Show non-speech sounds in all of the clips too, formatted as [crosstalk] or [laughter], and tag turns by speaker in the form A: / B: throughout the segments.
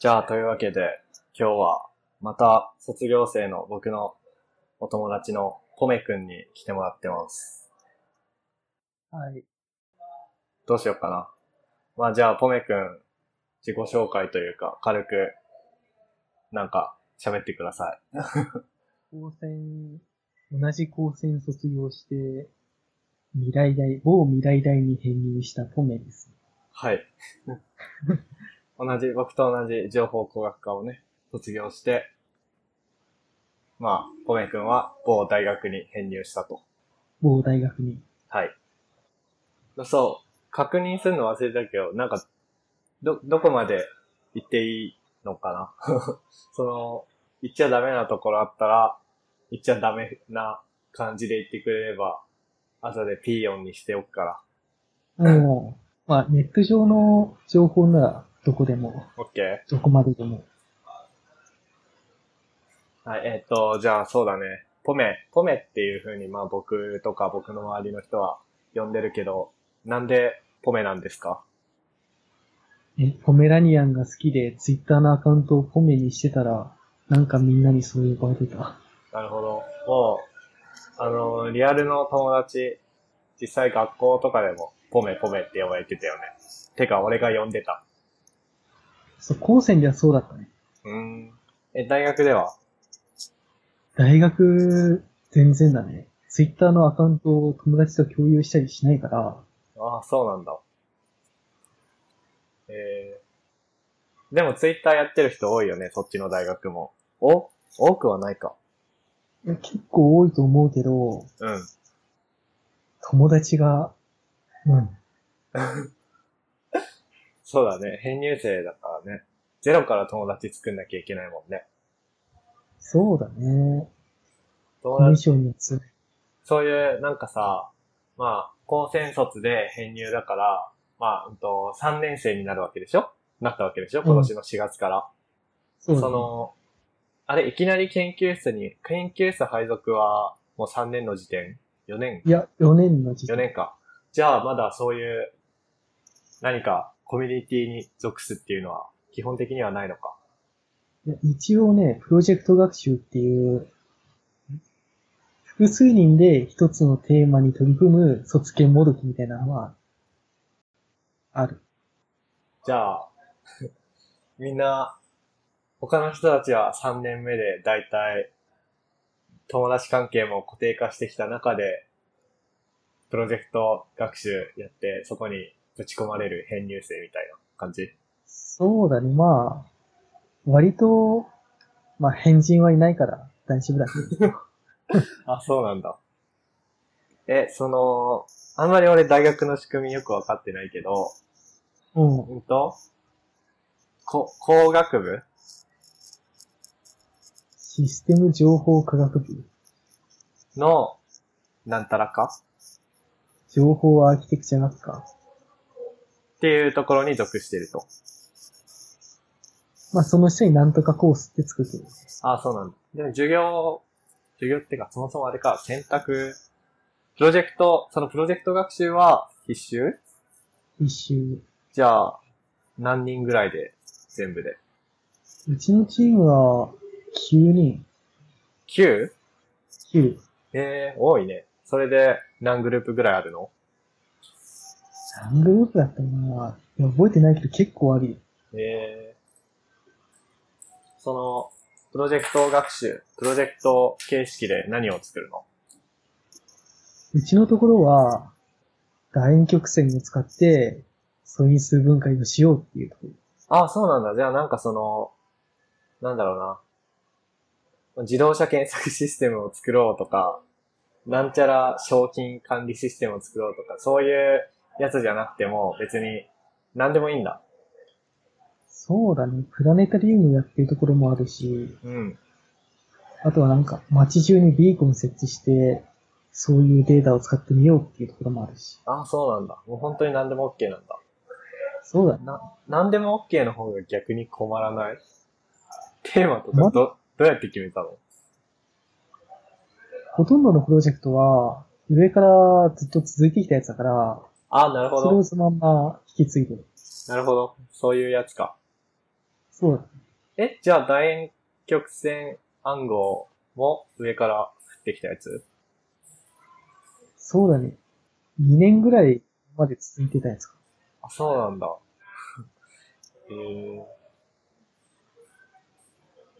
A: じゃあ、というわけで、今日は、また、卒業生の僕のお友達のコメくんに来てもらってます。
B: はい。
A: どうしようかな。まあ、じゃあ、ポメくん、自己紹介というか、軽く、なんか、喋ってください。
B: 高専、同じ高専卒業して、未来大、某未来大に編入したポメです。
A: はい。 [laughs] 同じ、僕と同じ情報工学科をね、卒業して、まあ、ポメくんは某大学に編入したと。
B: 某大学に。
A: はい。そう、確認するの忘れたけど、なんか、ど、どこまで行っていいのかな [laughs] その、行っちゃダメなところあったら、行っちゃダメな感じで言ってくれれば、後でピーヨンにしておくから。
B: もう、まあ、ネット上の情報なら、どこでも、
A: オッケー
B: どこまででも。
A: はい、えっ、と、じゃあそうだね。ポメ、ポメっていう風に、まあ僕とか僕の周りの人は呼んでるけど、なんでポメなんですか
B: え、ポメラニアンが好きで、ツイッターのアカウントをポメにしてたら、なんかみんなにそう呼ばれてた。
A: なるほど。もう、あの、リアルの友達、実際学校とかでも、ポメポメって呼ばれてたよね。てか、俺が呼んでた。
B: そう、高専ではそうだったね。
A: うーん。え、大学では
B: 大学、全然だね。ツイッターのアカウントを友達と共有したりしないから、
A: ああ、そうなんだ。えー、でもツイッターやってる人多いよね、そっちの大学も。お多くはないか。
B: いや結構多いと思うけ
A: う
B: ど、
A: ん。
B: 友達が、うん。
A: そうだね。編入生だからね。ゼロから友達作んなきゃいけないもんね。
B: そうだね。
A: 友
B: 文
A: 達、
B: 章につ
A: そういう、なんかさ、まあ、高専卒で編入だから、まあ、うんと、3年生になるわけでしょなったわけでしょ今年の4月から。
B: そうだね
A: そ、の、あれ、いきなり研究室に、研究室配属は、もう3年の時点 ?4 年
B: いや、4年の時
A: 4
B: 点。
A: 年か。じゃあ、まだそういう、何かコミュニティに属すっていうのは、基本的にはないのか。
B: いや一応ね、プロジェクト学習っていう、複数人で一つのテーマに取り組む卒検もどきみたいなのは、ある。
A: じゃあ、みんな、他の人たちは3年目で大体、友達関係も固定化してきた中で、プロジェクト学習やって、そこにぶち込まれる編入生みたいな感じ。
B: そうだね、まあ、割と、まあ、変人はいないから大丈夫だね。
A: あ、そうなんだ。え、その、あんまり俺大学の仕組みよくわかってないけど、
B: うん。
A: うんと、こ、工学部
B: システム情報科学部、
A: の、なんたらか
B: 情報アーキテクチャ学科。
A: っていうところに属してると。
B: まあ、その下になんとかコースって作ってる。
A: あ、そうなんだ。でも授業、授業ってか、そもそもあれか、選択、プロジェクト、そのプロジェクト学習は必修
B: 一周。
A: じゃあ、何人ぐらいで、全部で。
B: うちのチームは、9人。
A: 9?
B: 9。
A: えー、多いね。それで、何グループぐらいあるの
B: 何グループだったかないや覚えてないけど結構あるよ。
A: えー、その、プロジェクト学習、プロジェクト形式で何を作るの
B: うちのところは、楕円曲線を使って、素因数分解をしようっていうところ。
A: あ、そうなんだ。じゃあなんかその、なんだろうな。自動車検索システムを作ろうとか、なんちゃら賞金管理システムを作ろうとか、そういうやつじゃなくても別に何でもいいんだ。
B: そうだね。プラネタリウムやってるところもあるし、
A: うん。
B: あとはなんか街中にビーコン設置して、そういうデータを使ってみようっていうところもあるし。
A: あ、そうなんだ。もう本当に何でも OK なんだ。
B: そうだね。
A: な、何でも OK の方が逆に困らない。テーマとかど、どうやって決めたの
B: ほとんどのプロジェクトは、上からずっと続いてきたやつだから、
A: あ、なるほ
B: それを
A: ど。
B: そのまんま引き継いでる。
A: なるほど。そういうやつか。
B: そうだ。
A: え、じゃあ楕円曲線暗号も上から降ってきたやつ
B: そうだね。2年ぐらいまで続いてたやつか。
A: あ、そうなんだ。えー、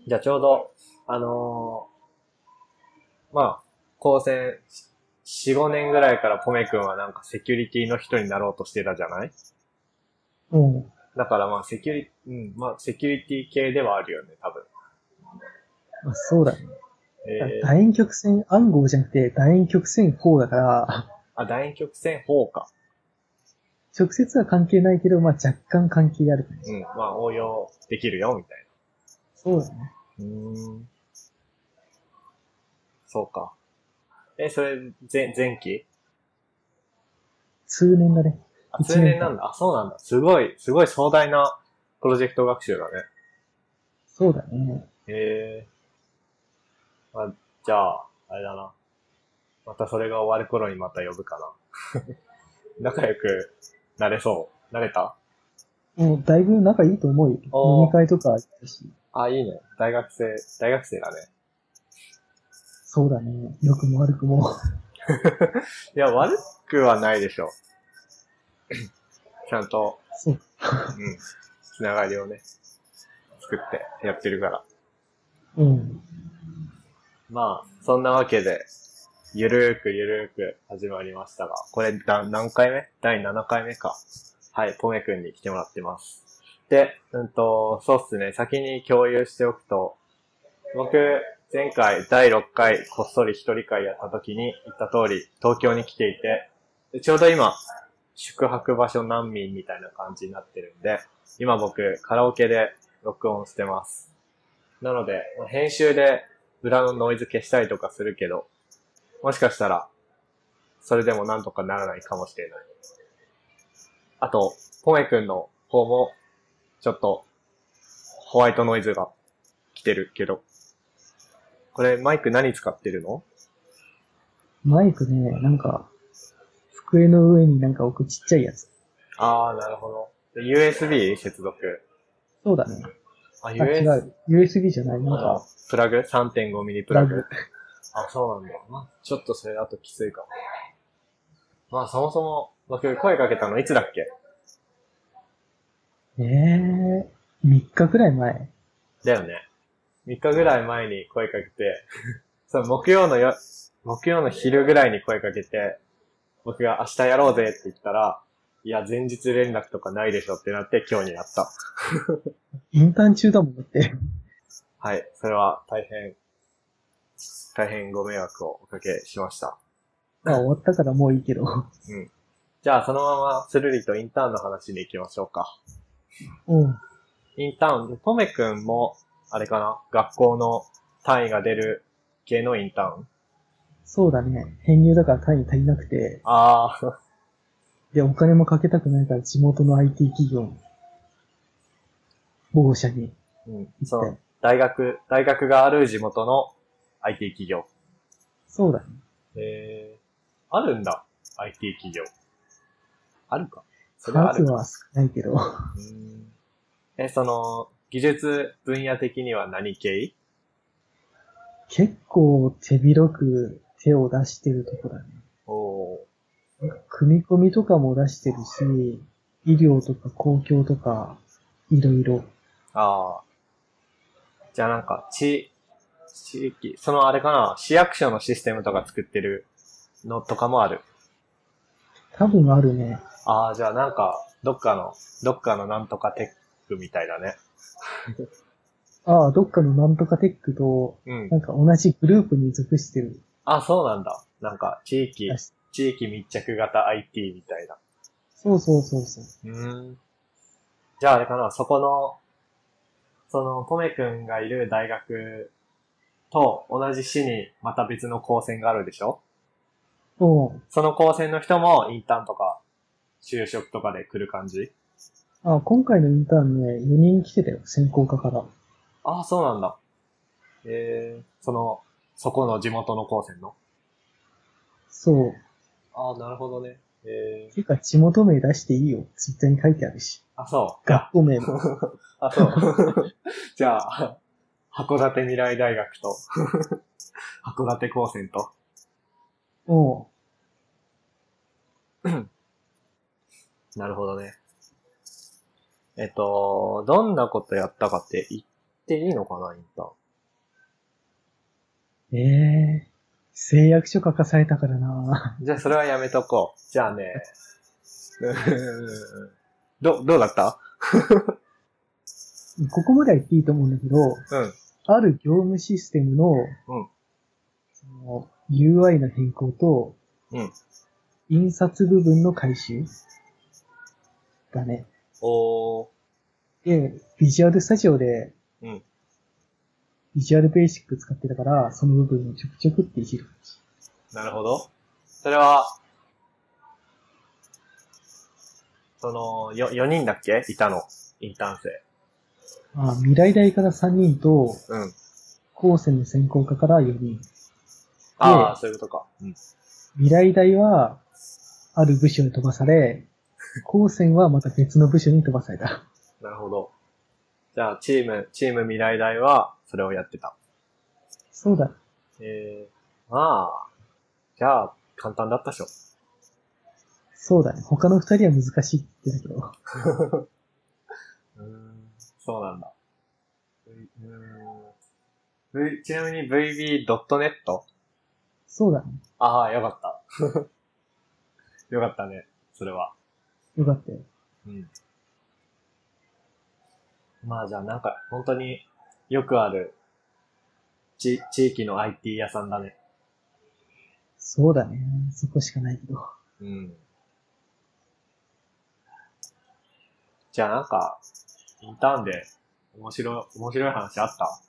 A: じゃあちょうど、あのーまあ、高専4、5年ぐらいからポメ君はなんかセキュリティの人になろうとしてたじゃない
B: うん。
A: だからまあセキュリ、うん、まあセキュリティ系ではあるよね、多分。
B: あ、そうだね。
A: え
B: [laughs]
A: ー、
B: 楕円曲線暗号じゃなくて、楕円曲線法だから、
A: あ、楕円曲線法か。
B: 直接は関係ないけど、まあ若干関係ある感じ。
A: うん、まあ応用できるよ、みたいな。
B: そうだね。
A: うーんそうか。え、それ、前、前期
B: 通年だね。
A: あ、
B: 一
A: 通
B: 年間
A: 年なんだ。あ、そうなんだ。すごい、すごい壮大なプロジェクト学習だね。
B: そうだね。
A: へえ。まあ、じゃあ、あれだな。またそれが終わる頃にまた呼ぶかな。 [laughs] 仲良くなれそう。なれた
B: もうだいぶ仲いいと思うよ。
A: おー
B: 飲み会とか行ったし。
A: あ、いいね。大学生、大学生だね。
B: そうだね。良くも悪くも。
A: いや、悪くはないでしょ。ちゃんと
B: そう。
A: うん。つながりをね、作ってやってるから。
B: うん。
A: まあ、そんなわけで、ゆるーくゆるーく始まりましたが、これだ何回目第7回目か。はい、ポメ君に来てもらってます。で、うんと、そうっすね、先に共有しておくと、僕、前回第6回こっそり一人会やった時に言った通り、東京に来ていて、でちょうど今、宿泊場所難民みたいな感じになってるんで、今僕、カラオケで録音してます。なので、編集で裏のノイズ消したりとかするけど、もしかしたら、それでもなんとかならないかもしれない。あと、ポメ君の方も、ちょっと、ホワイトノイズが来てるけど。これ、マイク何使ってるの
B: マイクね、なんか、机の上になんか置くちっちゃいやつ。
A: あー、なるほど。USB 接続。
B: そうだね。
A: あ、
B: あ、違
A: USB?
B: う。USB じゃない。なん
A: あ
B: か、
A: プラグ ?3.5 ミリプ
B: プ
A: ラ
B: ラ
A: グ
B: グ。。
A: あ、そうなんだ。まあ、ちょっとそれだときついかも。まあ、そもそも、僕、声かけたのいつだっけ
B: ええー、3日くらい前。
A: だよね。3日ぐらい前に声かけて、 [laughs] その木曜のよ、木曜の昼ぐらいに声かけて、僕が明日やろうぜって言ったら、いや、前日連絡とかないでしょってなって今日になった。
B: インターン中だもんだって。
A: はい。それは大変、大変ご迷惑をおかけしました。
B: まあ終わったからもういいけど。
A: じゃあ、そのままスルリとインターンの話に行きましょうか。
B: うん。
A: インターン、ポメ君も、あれかな、学校の単位が出る系のインターン
B: そうだね。編入だから単位足りなくて。
A: ああ、
B: で、お金もかけたくないから地元の IT 企業、某社に
A: うん、
B: 行
A: そ
B: っ
A: の
B: て。、
A: 大学、大学がある地元の IT 企業。
B: そうだね。
A: えー、あるんだ、IT 企業。あるか。それはあ
B: 数
A: るか。
B: は少ないけど。
A: うんえ、その、技術分野的には何系
B: 結構手広く手を出してるとこだね。
A: おお
B: 組み込みとかも出してるし、医療とか公共とか、いろいろ。
A: ー、ああ。じゃあなんか、地、地域、そのあれかな、市役所のシステムとか作ってるのとかもある。
B: 多分あるね。
A: ああ、じゃあなんか、どっかの、どっかのなんとかテックみたいだね。
B: ああ、どっかのなんとかテックと、
A: うん
B: な。んか同じグループに属してる
A: あ、そうなんだ。なんか、地域
B: ら、しい。
A: 地域密着型 IT みたいな。
B: そうそうそうそう。
A: うん。じゃああれかな、そこの、その、ポメ君がいる大学と同じ市にまた別の高専があるでしょ
B: そう。
A: その高専の人もインターンとか、就職とかで来る感じ
B: ああ、今回のインターンね、4人来てたよ。専攻科から。
A: ああ、そうなんだ。ええその、そこの地元の高専の
B: そう。
A: ああ、なるほどね。ええ
B: てか、地元名出していいよ。ツイッターに書いてあるし。
A: あ、そう。
B: 学校名も。
A: あ、そう。 [laughs] じゃあ、函館未来大学と、 [laughs] 函館高専と。
B: も
A: なるほどね。えっと、どんなことやったかって言っていいのかな、インターン。
B: う、ええ誓約書書かされたからな
A: じゃあ、それはやめとこう。じゃあね。うーん [laughs] ど、どうだった
B: ここまでは言っていいと思うんだけど、
A: うん。
B: ある業務システムの、
A: うん
B: その UI の変更と、
A: うん
B: 印刷部分の回収だね。
A: おー。
B: で、ビジュアルスタジオで、
A: うん
B: ビジュアルベーシック使ってたから、その部分をちょくちょくっていじる。
A: なるほど。それは、その、よ、4人だっけいたの。インターン生。
B: あ未来大から3人と、
A: うん。
B: 高専の専攻科から4人。
A: ああ、そういうことか。うん。
B: 未来大は、ある部署に飛ばされ、高専はまた別の部署に飛ばされた。
A: なるほど。じゃあ、チーム、チーム未来大は、それをやってた。
B: そうだ。
A: えー、まあ、じゃあ、簡単だったでしょ。
B: そうだね。他の二人は難しいって言ってたけど。
A: うーん、そうなんだ。V- うーん v、ちなみに VB.net?
B: そうだね。
A: ああ、よかった。 [laughs] よかったね、それは。
B: よかったよ。
A: うん。まあじゃあなんか、本当によくある、ち、地域の IT 屋さんだね。
B: そうだね。そこしかないけど。
A: うん。じゃあなんか、インターンで面白い、面白い話あった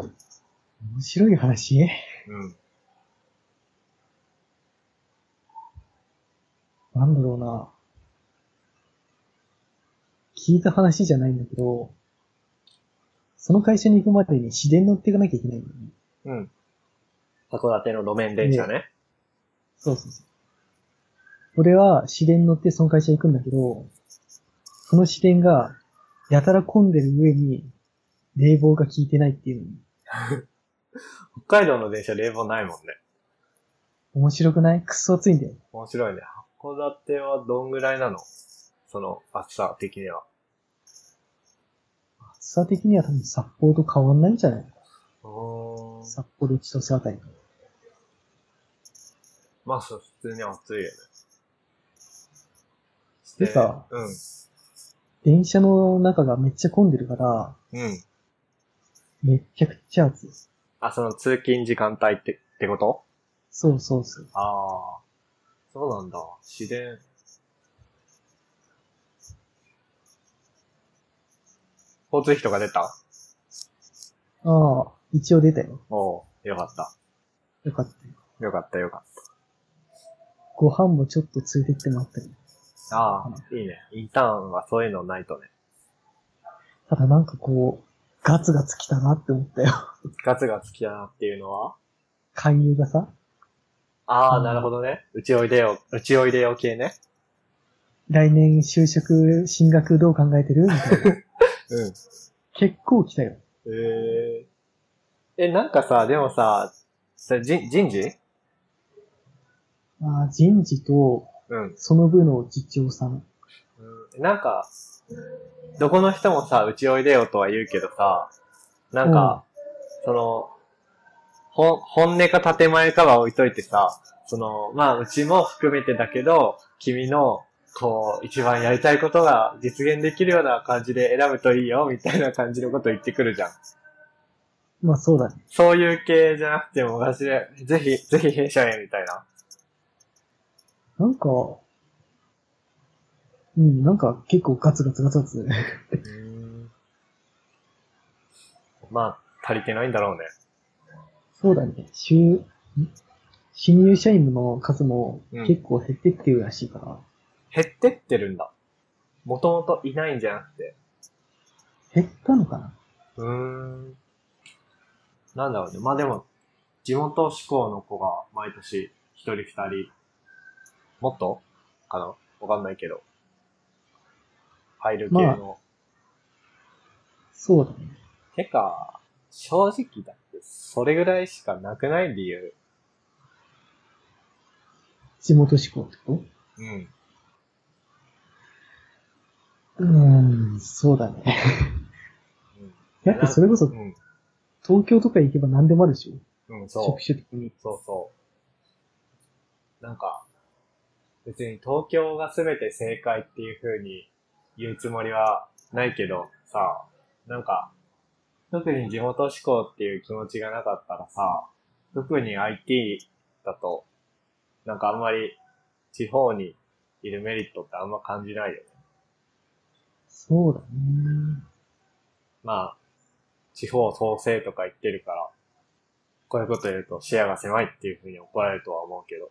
B: 面白い話
A: うん。
B: なんだろうな。聞いた話じゃないんだけど、その会社に行くまでに市電乗っていかなきゃいけないんだよね。
A: うん。函館の路面電車ね。
B: そうそうそう。俺は市電乗ってその会社行くんだけど、その市電がやたら混んでる上に冷房が効いてないっていうの
A: 北海道の電車冷房ないもんね。
B: 面白くないくっそ暑いんだよ。
A: 面白いね。函館はどんぐらいなのその暑さ的には。
B: 暑さ的には多分札幌と変わんないんじゃない
A: おー
B: 札幌千歳あたり。
A: まあそう、普通に暑いよね。
B: でさ
A: うん。
B: 電車の中がめっちゃ混んでるから、
A: うん。
B: めっちゃくちゃ暑い。
A: あ、その通勤時間帯って、ってこと
B: そうそうそう。
A: ああ。そうなんだ。自然。交通費とか出た
B: ああ、一応出たよ。
A: おうよかった。
B: よかったよ。
A: よかったよかっ
B: ご飯もちょっと連れてってもらったり。
A: た。ああ、いいね。インターンはそういうのないとね。
B: ただなんかこう、ガツガツ来たなって思ったよ。 [laughs]
A: ガツガツ来たなっていうのは
B: 勧誘がさ、
A: ああ、
B: うん
A: なるほどね。うちおいでよ、うちおいでよ系ね。
B: 来年就職、進学どう考えてるみたいな。
A: うん。
B: 結構来たよ。
A: えええ、なんかさ、でもさ、それ人人事
B: ああ人事と、
A: うん。
B: その部の次長さん。
A: うんなんか、どこの人もさ、うちおいでよとは言うけどさ、なんか、その、ほん、本音か建前かは置いといてさ、その、まあ、うちも含めてだけど、君の、こう、一番やりたいことが実現できるような感じで選ぶといいよ、みたいな感じのこと言ってくるじゃん。
B: まあそうだね。
A: そういう系じゃなくても、私で、ぜひ、ぜひ弊社へ、みたいな。
B: なんか、うん、なんか結構ガツガツガツガツ。
A: まあ、足りてないんだろうね。
B: そうだね。新ん新入社員の数も
A: うん
B: 結構減ってってるらしいから。
A: 減ってってるんだ。もともといないんじゃなくて。
B: 減ったのかな
A: うーん。なんだろうね。まあでも、地元志向の子が毎年一人二人、もっとかなわかんないけど。入る系の。
B: まそうだね。
A: てか、正直だって、それぐらいしかなくない理由。
B: 地元志向ってこ
A: うん。
B: とうーん、そうだね。
A: うん、
B: だってそれこそ
A: うん。
B: 東京とか行けば何でもあるでし
A: うん、
B: ょ
A: そう。
B: 職種的に。
A: そうそう。なんか、別に東京が全て正解っていう風に言うつもりはないけどさ、なんか、特に地元志向っていう気持ちがなかったらさ、特に IT だと、なんかあんまり地方にいるメリットってあんま感じないよね。
B: そうだね。
A: まあ、地方創生とか言ってるから、こういうこと言うと視野が狭いっていう風に怒られるとは思うけど。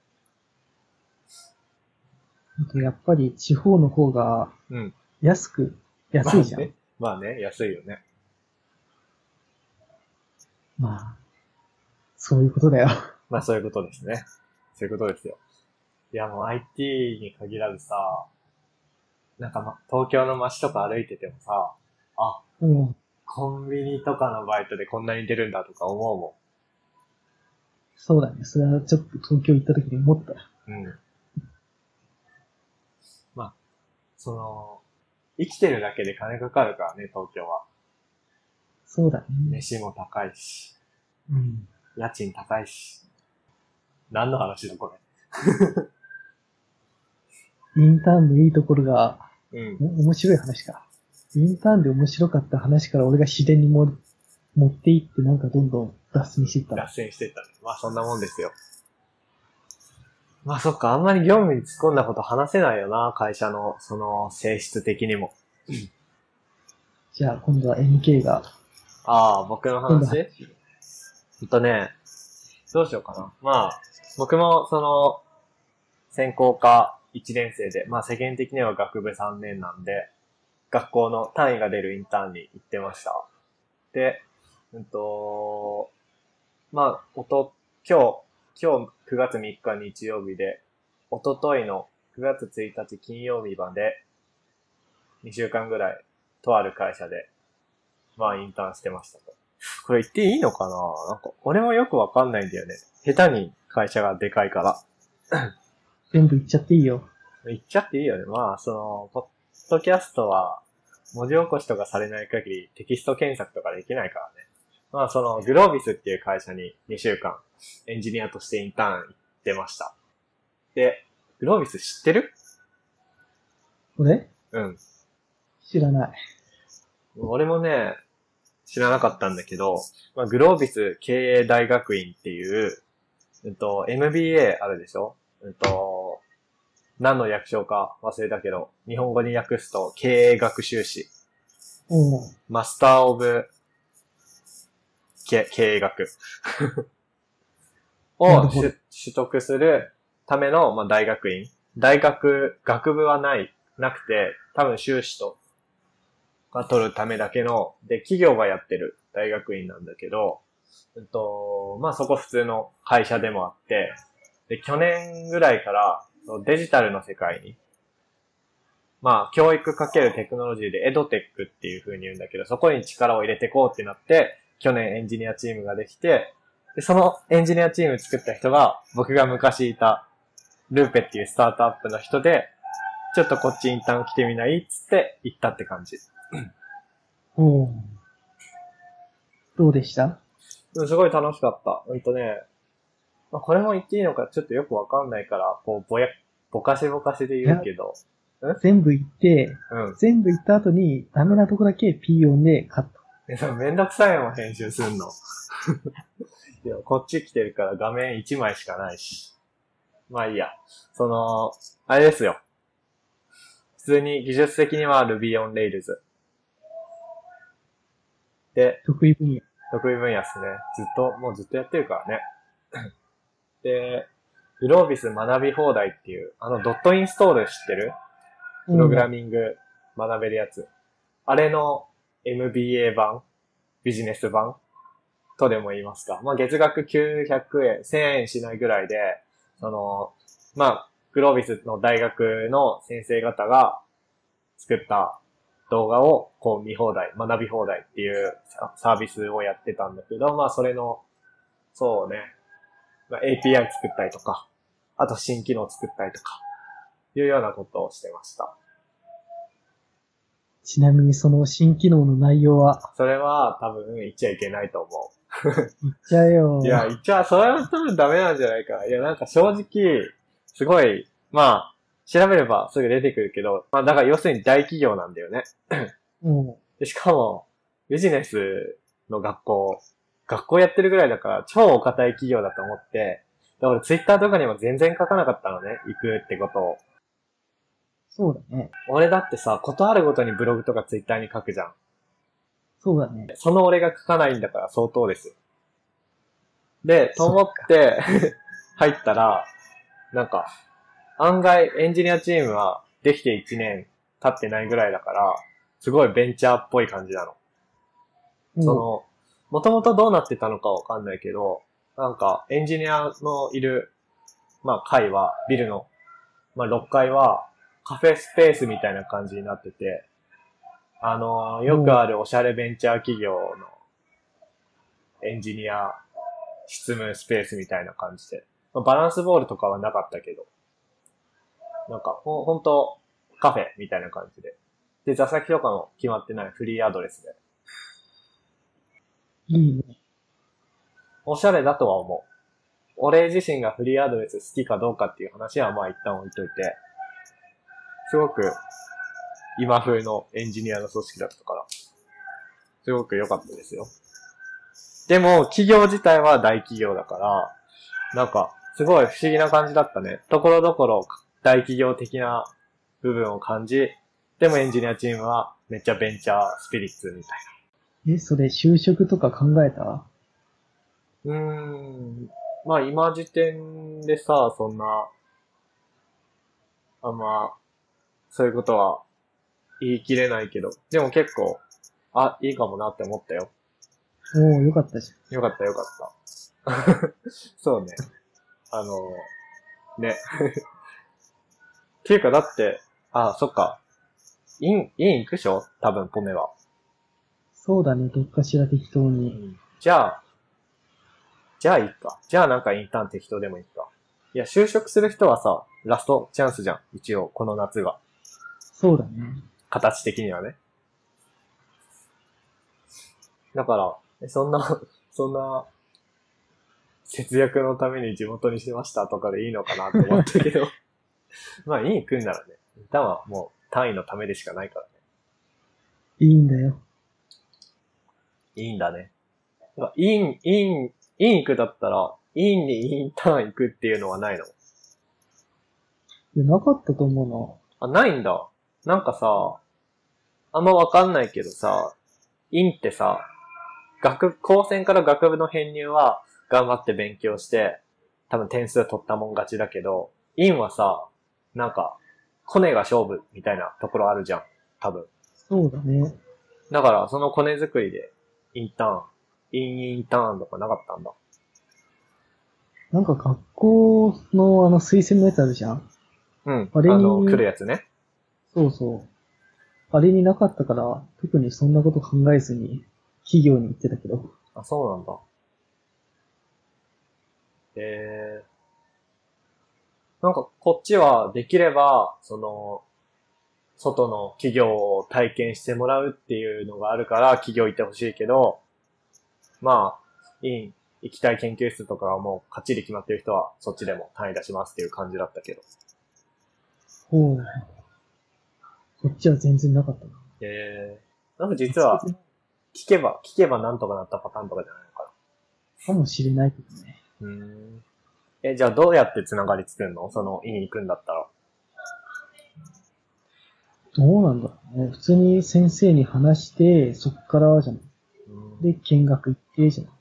B: あとやっぱり地方の方が
A: うん。
B: 安く、安いじゃ
A: まあ
B: ん
A: ね。。まあね、安いよね。
B: まあ、そういうことだよ。
A: まあそういうことですね。そういうことですよ。いやもう IT に限らずさ、なんか、ま、東京の街とか歩いててもさ、あ、
B: うん。
A: コンビニとかのバイトでこんなに出るんだとか思うも
B: そうだね。それはちょっと東京行った時に思った。
A: ん。うん。まあ、その、生きてるだけで金かかるからね、東京は。
B: そうだね。
A: 飯も高いし、
B: うん。
A: 家賃高いし。何の話だこ
B: インターンのいいところが、
A: れ。うん。
B: お面白い話か。インターンで面白かった話から俺が自然にも持っていってなんかどんどん脱線していった
A: 脱
B: ら。
A: 線してったね。まあそんなもんですよ。まあそっか、あんまり業務に突っ込んだこと話せないよな、会社の、その、性質的にも。
B: じゃあ今度は NK が。
A: ああ、僕の
B: 今度は
A: 話ほんとね、どうしようかな。まあ、僕も、その、専攻科1年生で、まあ世間的には学部3年なんで、学校の単位が出るインターンに行ってました。で、うんと、まあ、おと、今日、今日9月3日日曜日で、おとといの9月1日金曜日まで、2週間ぐらい、とある会社で、まあインターンしてましたと。これ言っていいのかななんか、俺もよくわかんないんだよね。下手に会社がでかいから。
B: 全部言っちゃっていいよ。
A: 言っちゃっていいよね。まあ、その、ポッドキャストは、文字起こしとかされない限りテキスト検索とかできないからね。まあ、その、グロービスっていう会社に2週間、エンジニアとしてインターン行ってました。で、グロービス知ってる
B: 俺
A: うん。
B: 知らない。
A: 俺もね、知らなかったんだけど、まあ、グロービス経営大学院っていう、うんと、MBA あるでしょうんと、何の略称か忘れたけど、日本語に訳すと経営学習士、
B: おう
A: マスターオブ、け経営学
B: [laughs] なる
A: を
B: ほど
A: 取取得するための、まあ、大学院。大学、学部はない、なくて、多分修士とが取るためだけの、で、企業がやってる大学院なんだけど、うんと、まあ、そこ普通の会社でもあって、で、去年ぐらいからそうデジタルの世界に、まあ、教育かけるテクノロジーでエドテックっていう風に言うんだけど、そこに力を入れてこうってなって、去年エンジニアチームができて、で、そのエンジニアチーム作った人が、僕が昔いたルーペっていうスタートアップの人で、ちょっとこっちインターン来てみないっつって行ったって感じ。
B: おうどうでした
A: うんすごい楽しかった。うんとね、まあ、これも言っていいのかちょっとよくわかんないから、こう、ぼや、ぼかしぼかしで言うけど、
B: 全部言って、
A: うん。
B: 全部言った後にダメなとこだけ P4 でカット。
A: えでも [laughs] めんどくさいもん、編集すんの。 [laughs] でもこっち来てるから画面1枚しかないし。まあいいや。その、あれですよ。普通に技術的には Ruby on Rails。で、
B: 得意分野。
A: 得意分野ですね。ずっと、もうずっとやってるからね。で、グロービス学び放題っていう、あのドットインストール知ってるプログラミング学べるやつ。あれの MBA 版、ビジネス版とでも言いますか。まあ月額900円、1000円しないぐらいで、その、まあ、グロービスの大学の先生方が作った動画をこう見放題、学び放題っていうササービスをやってたんだけど、まあそれの、そうね、まあ、API 作ったりとか、あと新機能作ったりとか、いうようなことをしてました。
B: ちなみにその新機能の内容は、
A: それは多分言っちゃいけないと思う。
B: 言っちゃえよ。
A: いや、一応、それは多分ダメなんじゃないかな。いや、なんか正直、すごい、まあ、調べればすぐ出てくるけど、まあ、だから要するに大企業なんだよね。
B: も
A: でしかも、ビジネスの学校、学校やってるぐらいだから、超お堅い企業だと思って、だからツイッターとかにも全然書かなかったのね、行くってことを。
B: う、そうだね。
A: 俺だってさ、ことあるごとにブログとかツイッターに書くじゃん。
B: そうだね。
A: その俺が書かないんだから相当ですよ。で、と思って、 [laughs] 入ったら、なんか、案外エンジニアチームはできて1年経ってないぐらいだから、すごいベンチャーっぽい感じなの。そ
B: も
A: の、もともとどうなってたのかわかんないけど、なんか、エンジニアのいる、まあ、階は、ビルの、まあ、6階は、カフェスペースみたいな感じになってて、あのー、よくあるおしゃれベンチャー企業の、エンジニア、執務スペースみたいな感じで、まあ、バランスボールとかはなかったけど、なんか、ほ、ほんと、カフェみたいな感じで。で、座席とかも決まってないフリーアドレスで。
B: う、いいね。
A: おしゃれだとは思う。俺自身がフリーアドレス好きかどうかっていう話はまあ一旦置いといて、すごく今風のエンジニアの組織だったから、すごく良かったですよ。でも企業自体は大企業だから、なんかすごい不思議な感じだったね。ところどころ大企業的な部分を感じ、でもエンジニアチームはめっちゃベンチャースピリッツみたいな。
B: え、それ就職とか考えた
A: うーん。まあ今時点でさ、そんな、あんま、そういうことは言い切れないけど、でも結構、あ、いいかもなって思ったよ。
B: おおよかったじ
A: よかったよかった。 [laughs] そうね。あの、ね。 [laughs] っていうかだって、あ、そっか。イン、イン行くでしょ多分、ポメは。
B: ゃん。そうだね、どっかしら適当に。
A: じゃあ、じゃあいいか。じゃあなんかインターン適当でもいいか。いや、就職する人はさ、ラストチャンスじゃん。一応、この夏が。
B: そうだね。
A: 形的にはね。だから、えそんな、そんな、節約のために地元にしましたとかでいいのかなと思ったけど。まあ、いい行くんならね。インターンはもう単位のためでしかないからね。
B: いいんだよ。
A: いいんだね。なんかイン、イン、イン行くだったら、インにインターン行くっていうのはないの
B: いや、なかったと思
A: あ、ないんだ。なんかさ、あんまわかんないけどさ、インってさ、学、高専から学部の編入は頑張って勉強して、多分点数取ったもん勝ちだけど、インはさ、なんか、コネが勝負みたいなところあるじゃん。多分。
B: うな。そうだね。
A: だから、そのコネ作りで、インターン、インインターンとかなかったんだ。
B: なんか学校のあの推薦のやつあるじゃん。
A: うん。あ
B: あれに
A: の、来るやつね。
B: そうそう。あれになかったから、特にそんなこと考えずに、企業に行ってたけど。
A: あ、そうなんだ。えー、なんかこっちはできれば、その、外の企業を体験してもらうっていうのがあるから、企業行ってほしいけど、まあ、いい、行きたい研究室とかはもう、勝ちで決まってる人は、そっちでも単位出しますっていう感じだったけど。
B: ほう。こっちは全然なかったな。
A: えー、なんか実は、聞けば、聞けばなんとかなったパターンとかじゃないのか
B: かもしれないけどね。
A: な。うん。え、じゃあどうやってつながり作るのその、院行くんだったら。
B: どうなんだろうね。普通に先生に話して、そっからじゃない。で、見学行ってじゃない。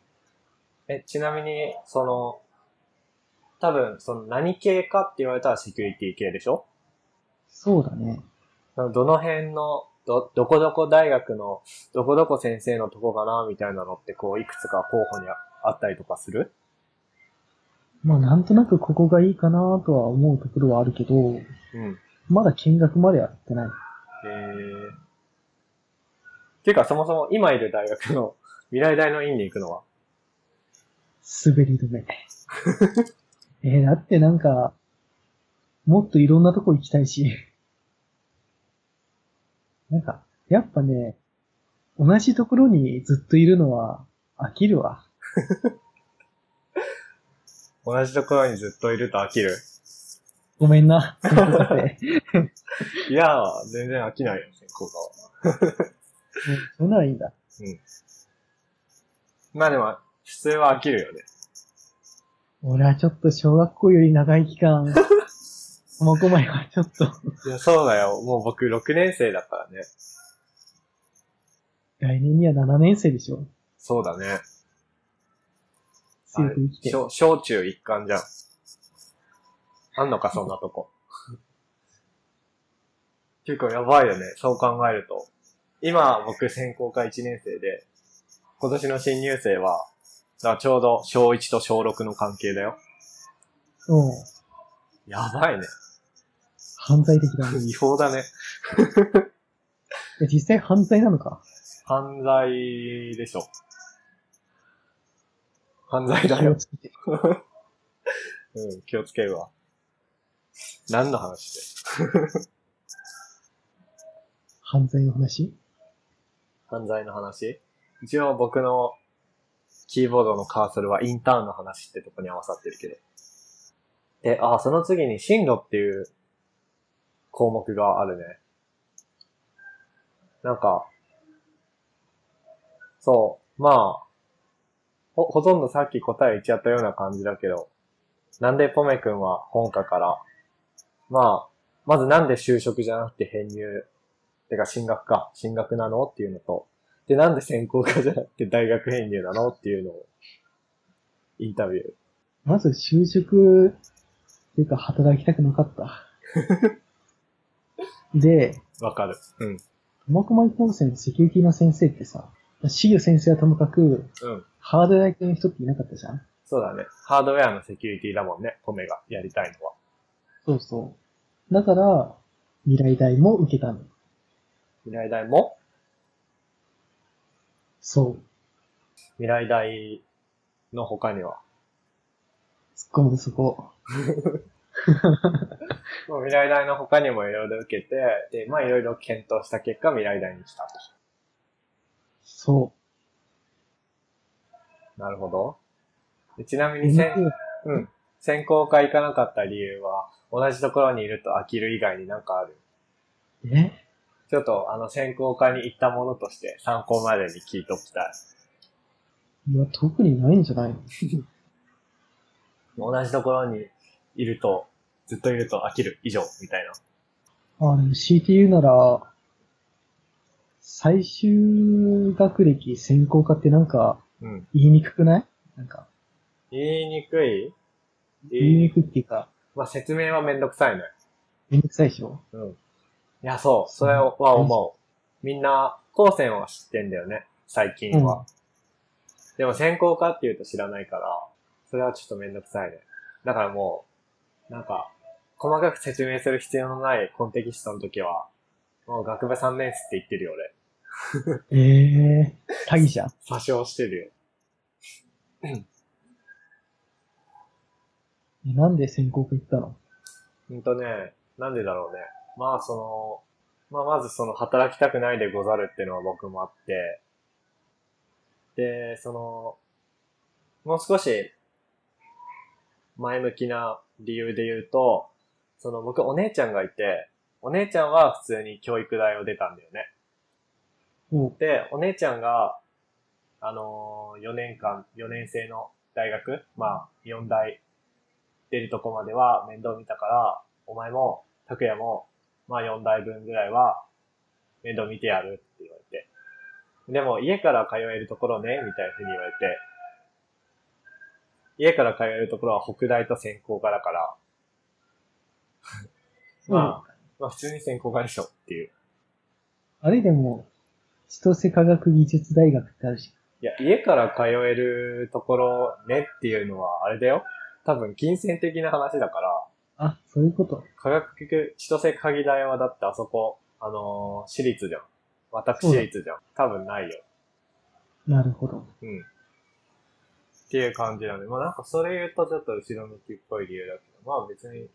A: え、ちなみに、その、多分、その何系かって言われたらセキュリティ系でしょ
B: そうだね。
A: そのどの辺の、ど、どこどこ大学の、どこどこ先生のとこかな、みたいなのって、こう、いくつか候補にああったりとかする
B: まあなんとなくここがいいかなとは思うところはあるけど、
A: うん。
B: まだ見学まではやってない。
A: えー、ていうかそもそも今いる大学の未来大の院に行くのは。
B: 滑り止め。えーだってなんか、もっといろんなとこ行きたいし。なんか、やっぱね、同じところにずっといるのは飽きるわ。
A: 同じところにずっといると飽きる。
B: ごめんな。そういうことで
A: いやー、全然飽きないよ、専攻科は。
B: うんそんならいいんだ。
A: まあでも、普通は飽きるよね。
B: 俺はちょっと小学校より長い期
A: [laughs]
B: 間、細々はちょっと、
A: いや、そうだよ。もう僕6年生だからね。
B: 来年には7年生でしょ。
A: そうだね。
B: 強く生きて。
A: 小小中一貫じゃん。あんのか、そんなとこ。 [laughs] 結構やばいよね、そう考えると。今、僕専攻科1年生で、今年の新入生は、だからちょうど小1と小6の関係だよ。
B: うん。
A: やばいね。 [laughs]
B: 犯罪的だね。
A: 違法だね。
B: え実際犯罪なのか。
A: 犯罪でしょ。犯罪だ
B: 気を
A: よ。
B: つけて。
A: うん、気をつけるわ。何の話で
B: 犯罪の話
A: 犯罪の話一応僕のキーボードのカーソルはインターンの話ってとこに合わさってるけど。で、あ、その次に進路っていう項目があるね。なんか、そう、まあ、ほ、ほとんどさっき答え言っちゃったような感じだけど、なんでポメ君は本科から、まあ、まずなんで就職じゃなくて編入てか進学か、進学なのっていうのと、で、なんで専攻科じゃなくて大学編入なのっていうのを、インタビュー。
B: まず就職、っていうか働きたくなかった。
A: [laughs]
B: で、
A: わかる。うん。
B: 苫小牧高専のセキュリティの先生ってさ、シリ先生はともかく、
A: うん。
B: ハードライ系の人っていなかったじゃん
A: そうだね。ハードウェアのセキュリティだもんね、コメがやりたいのは。
B: そうそう。だから、未来大も受けたの。
A: 未来大も
B: そう。
A: 未来大の他には。
B: 突っ込むとそこ。
A: もう未来大の他にもいろいろ受けて、で、まあいろいろ検討した結果、未来大に来たと。
B: そ
A: なるほど。でちなみ
B: う。
A: に専、うん。専攻科行かなかった理由は、同じところにいると飽きる以外になんかある。
B: え
A: ちょっと、あの、専攻科に行ったものとして、参考までに聞いておきたい。
B: いや、特にないんじゃないの
A: 同じところにいると、ずっといると飽きる、以上、みたいな。
B: あ、でも CTU なら、最終学歴専攻科ってなんか
A: うん。
B: 言いにくくないなんか、
A: 言いにくい
B: 言
A: 言
B: い
A: い
B: にくいっていうか、
A: まあ、説明はめんどくさいね。
B: めんどくさいでしょ
A: うん。いや、そう、それは思う。みんな、高専は知ってんだよね、最近は。でも専攻科っていうと知らないから、それはちょっとめんどくさいね。だからもう、なんか、細かく説明する必要のないコンテキストの時は、もう学部3年生って言ってるよ、俺。
B: ええー、詐欺じゃん。
A: 詐称してる
B: えなんで専攻科行ったの
A: よ。うんとね、なんでだろうね。まあその、まあまずその働きたくないでござるっていうのは僕もあって、で、その、もう少し前向きな理由で言うと、その僕お姉ちゃんがいて、お姉ちゃんは普通に教育大を出たんだよね。
B: おう
A: で、お姉ちゃんが、あのー、4年間、4年生の大学、まあ、4大出るとこまでは面倒見たから、お前も、拓也も、まあ4大分ぐらいは面倒見てやるって言われて。でも、家から通えるところね、みたいな風に言われて、家から通えるところは北大と専攻科だから、まあ、まあ普通に専攻科でしょっていう。
B: あれでも、千歳科学技術大学ってあるじ
A: いや、家から通えるところねっていうのは、あれだよ。多分、金銭的な話だから、
B: ゃん。あ、そういうこと。
A: 科学局、千歳科技大はだってあそこ、あのー私立じゃん。私立じゃん。多分ないよ。
B: なるほど。
A: うん。っていう感じなんで、まあなんかそれ言うとちょっと後ろ向きっぽい理由だけど、まあ別に、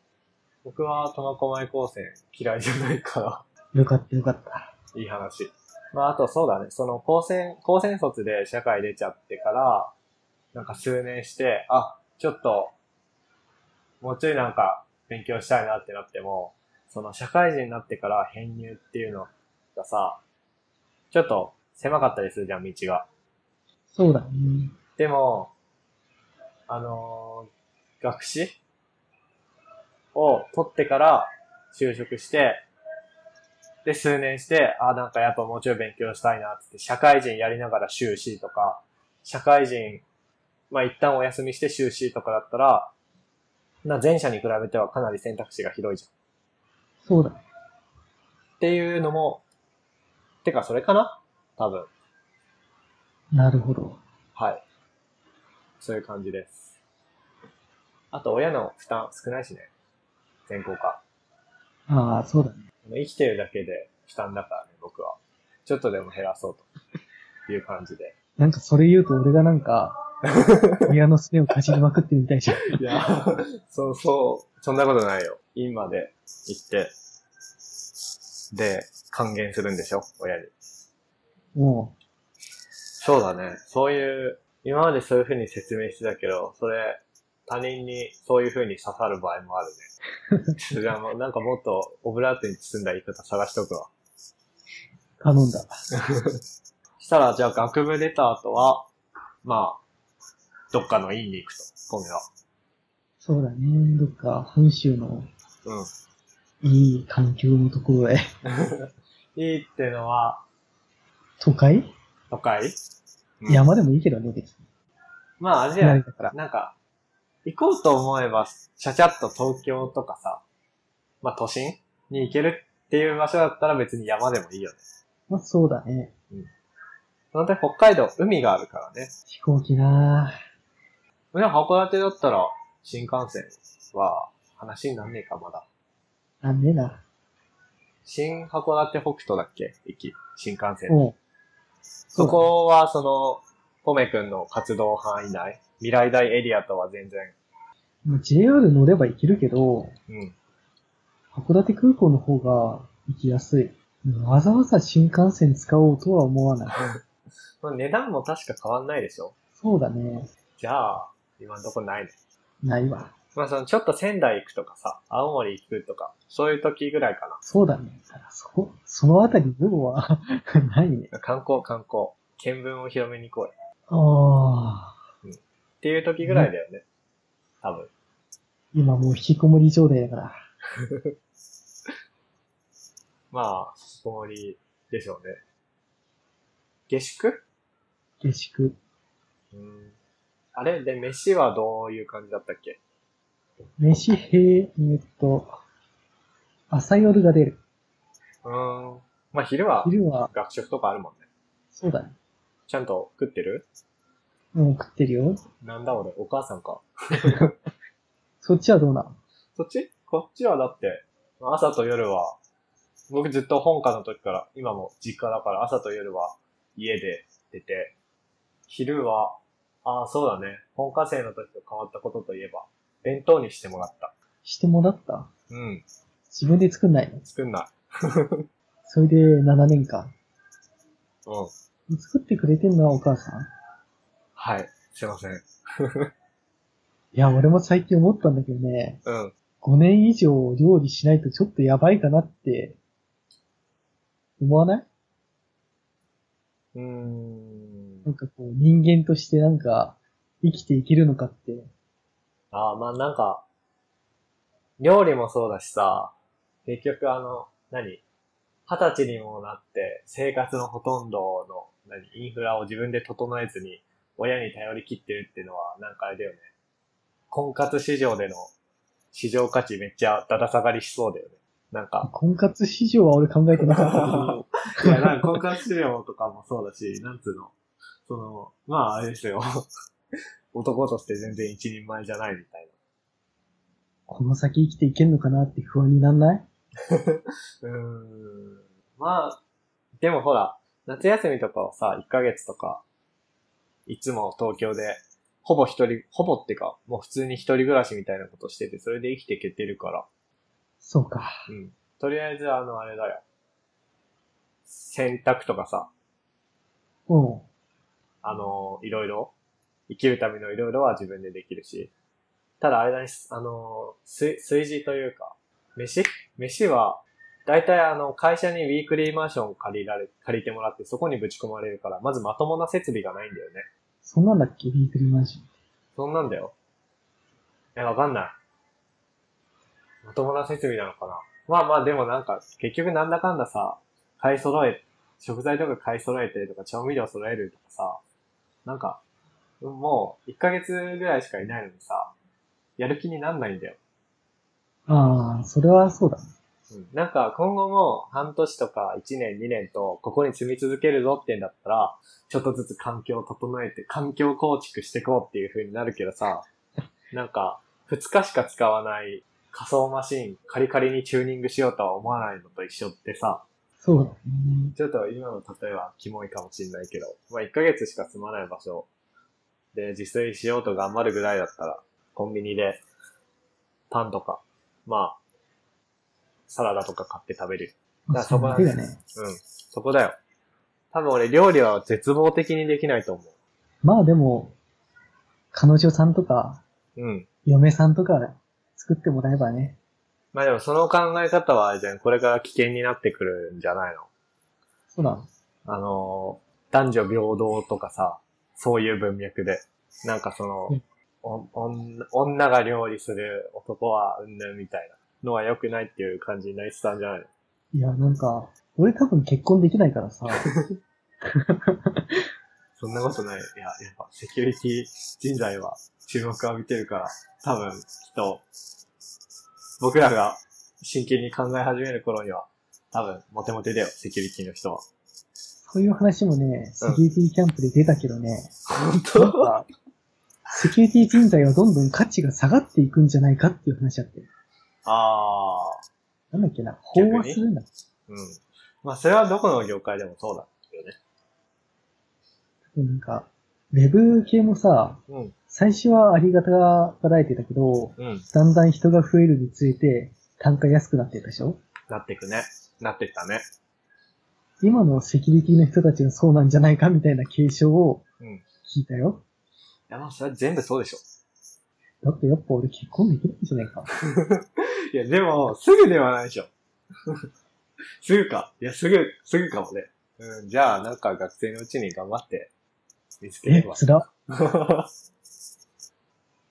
A: 僕は苫小牧高専嫌いじゃないから、
B: よかったよかった。
A: いい話。まああとそうだね、その高専、高専卒で社会出ちゃってから、なんか数年して、あ、ちょっと、もうちょいなんか勉強したいなってなっても、その社会人になってから編入っていうのがさ、ちょっと狭かったりするじゃん、道が。
B: そうだね。
A: でも、あのー学士を取ってから就職して、で、数年して、あ、なんかやっぱもうちょい勉強したいな、つって、社会人やりながら修士とか、社会人、まあ一旦お休みして修士とかだったら、な前者に比べてはかなり選択肢が広いじゃん。
B: そうだ。
A: っていうのも、てかそれかな多分。
B: なるほど。
A: はい。そういう感じです。あと、親の負担少ないしね。全校化。
B: ああ、そうだね。
A: 生きてるだけで負担だからね、僕は。ちょっとでも減らそうという感じで。
B: なんかそれ言うと俺がなんか、親のすねをかじりまくってるみたいじゃん。
A: いや、そうそう、そんなことないよ。院まで行って、で、還元するんでしょ親に。
B: も
A: そうだね。そういう、今までそういう風に説明してたけど、それ、他人にそういう風に刺さる場合もある [laughs] ね。じゃあもうなんかもっとオブラートに包んだ言い方探しとくわ。
B: う、頼んだ。
A: したら、じゃあ学部出た後は、まあ、どっかの院に行くと、今夜は。
B: そうだね。どっか本州の
A: うん。
B: いい環境のところへ。
A: いいってのは、
B: 都会、
A: 都会、うん
B: 山でもいいけどね、別に。
A: まあ、アジア、
B: 成田から。
A: なんか、行こうと思えば、ちゃちゃっと東京とかさ、まあ都心に行けるっていう場所だったら別に山でもいいよね。
B: まあそうだね。
A: その点北海道、海があるからね。
B: 飛行機な
A: でも函館だったら、新幹線は話になんねえか、まだ。
B: ぁ。なんでな。
A: 新函館北斗だっけ駅、新幹線。
B: も
A: そこは、その、ポメ君の活動範囲内、未来大エリアとは全然、
B: う、もう JR 乗れば行けるけど、
A: うん。
B: 函館空港の方が行きやすい。わざわざ新幹線使おうとは思わない。
A: まあ、値段も確か変わんないでしょ
B: そうだね。
A: じゃあ、今んとこないね。
B: ないわ。
A: まあ、その、ちょっと仙台行くとかさ、青森行くとか、そういう時ぐらいか
B: そうだね。ただそこ、そのあたり、分は、 [laughs] ないね。
A: な。観光、観光。見聞を広めに行こうよ。
B: ああ、
A: っていう時ぐらいだよね。多分。
B: 今もう引きこもり状態だから。
A: まあ、つもりでしょうね。下宿
B: 下宿。
A: うん。あれで、飯はどういう感じだったっけ
B: 飯平、えーっと、朝夜が出る。
A: うーん。まあ、昼は
B: 昼は、
A: 学食とかあるもんね。
B: そうだね。
A: ちゃんと食ってる
B: もう食ってるよ。
A: なんだ俺、お母さんか。
B: そっちはどうなの
A: そっちこっちはだって、朝と夜は、僕ずっと本家の時から、今も実家だから朝と夜は家で出て、昼は、ああ、そうだね。本家生の時と変わったことといえば、弁当にしてもらった。
B: してもらった
A: うん。
B: 自分で作んないの
A: 作んない。
B: それで7年間。
A: うん。
B: 作ってくれてんのはお母さん
A: はい。すいません。
B: いや、俺も最近思ったんだけどね、
A: うん。
B: 5年以上料理しないとちょっとやばいかなって、思わないう
A: ーん
B: なんかこう、人間としてなんか、生きていけるのかって。
A: ああ、まあなんか、料理もそうだしさ、結局あの、何二十歳にもなって、生活のほとんどの、何インフラを自分で整えずに、親に頼り切ってるっていうのは、なんかあれだよね。婚活市場での市場価値めっちゃだだ下がりしそうだよね。なんか、
B: 婚活市場は俺考えてなかったけ
A: [laughs]
B: ど、
A: いや、なんか婚活市場とかもそうだし、なんつうの、その、まああれですよ。 [laughs] 男として全然一人前じゃないみたいな。
B: この先生きていけんのかなって不安になんない
A: うんまあ、でもほら、夏休みとかはさ、1ヶ月とか、いつも東京で、ほぼ一人、ほぼってか、もう普通に一人暮らしみたいなことしてて、それで生きていけてるから。
B: そうか。
A: うん。とりあえず、あの、あれだよ。洗濯とかさ、
B: うん。
A: あの、いろいろ、生きるためのいろいろは自分でできるし。ただ、あれだね、あの、水、水事というか、飯飯は、だいたいあの、会社にウィークリーマンション借りられ、借りてもらって、そこにぶち込まれるから、まずまともな設備がないんだよね。
B: そんなんだっけビークリーマンション。
A: そんなんだよ。え、わかんない。まともな設備なのかな。まあまあ、でもなんか、結局なんだかんださ、買い揃え、食材とか買い揃えてとか、調味料揃えるとかさ、なんか、もう、1ヶ月ぐらいしかいないのにさ、やる気になんないんだよ。
B: ああ、それはそうだ。
A: うんなんか、今後も半年とか1年、2年と、ここに住み続けるぞってんだったら、ちょっとずつ環境を整えて、環境構築していこうっていう風になるけどさ、なんか、2日しか使わない仮想マシン、カリカリにチューニングしようとは思わないのと一緒ってさ、
B: そうだね。
A: ちょっと今の例えはキモいかもしんないけど、まあ1ヶ月しか住まない場所で自炊しようと頑張るぐらいだったら、コンビニでパンとか、まあ、サラダとか買って食べる
B: ま
A: だ
B: あ、
A: か
B: そ
A: らそ
B: うだ
A: こ
B: け
A: は
B: だね。
A: うん。そこだよ。多分俺料理は絶望的にできないと思
B: まあでも、彼女さんとか、
A: う。うん。
B: 嫁さんとか作ってもらえばね。
A: まあでもその考え方はあれじゃん、これから危険になってくるんじゃないの
B: そうだ。
A: あのー、男女平等とかさ、そういう文脈で。なんかその
B: うん、
A: お女女が料理する男はうんぬんみたいなのは良くないっていう感じになりつつあるんじゃないの
B: いや、なんか、俺多分結婚できないか
A: [laughs]
B: らさ。
A: そんなことない。いや、やっぱセキュリティ人材は注目浴びてるから、多分、きっと、僕らが真剣に考え始める頃には、多分、モテモテだよ、セキュリティの人は。
B: そういう話もね、セキュリティキャンプで出たけどね、
A: 本
B: なんか、セキュリティ人材はどんどん価値が下がっていくんじゃないかっていう話あって。
A: ああ、
B: なんだっけな、飽和するんだ。
A: うん。まあ、それはどこの業界でもそうだよね。
B: なんか、ウェブ系もさ、
A: うん、
B: 最初はありがたがられてたけど、
A: うん。
B: だんだん人が増えるにつれて、単価安くなってたでしょ
A: なってくね。なってったね。
B: 今のセキュリティの人たちがそうなんじゃないかみたいな警鐘を
A: うん
B: 聞いたよ。
A: いや、まあ、それは全部そうでしょ。
B: だってやっぱ俺結婚できないんじゃないか。
A: いや、でも、すぐではないでしょ。 [laughs] すぐか。いや、すぐ、すぐかもね。うん、じゃあ、なんか学生のうちに頑張って、見つけれ
B: え
A: ば、。
B: 辛っ。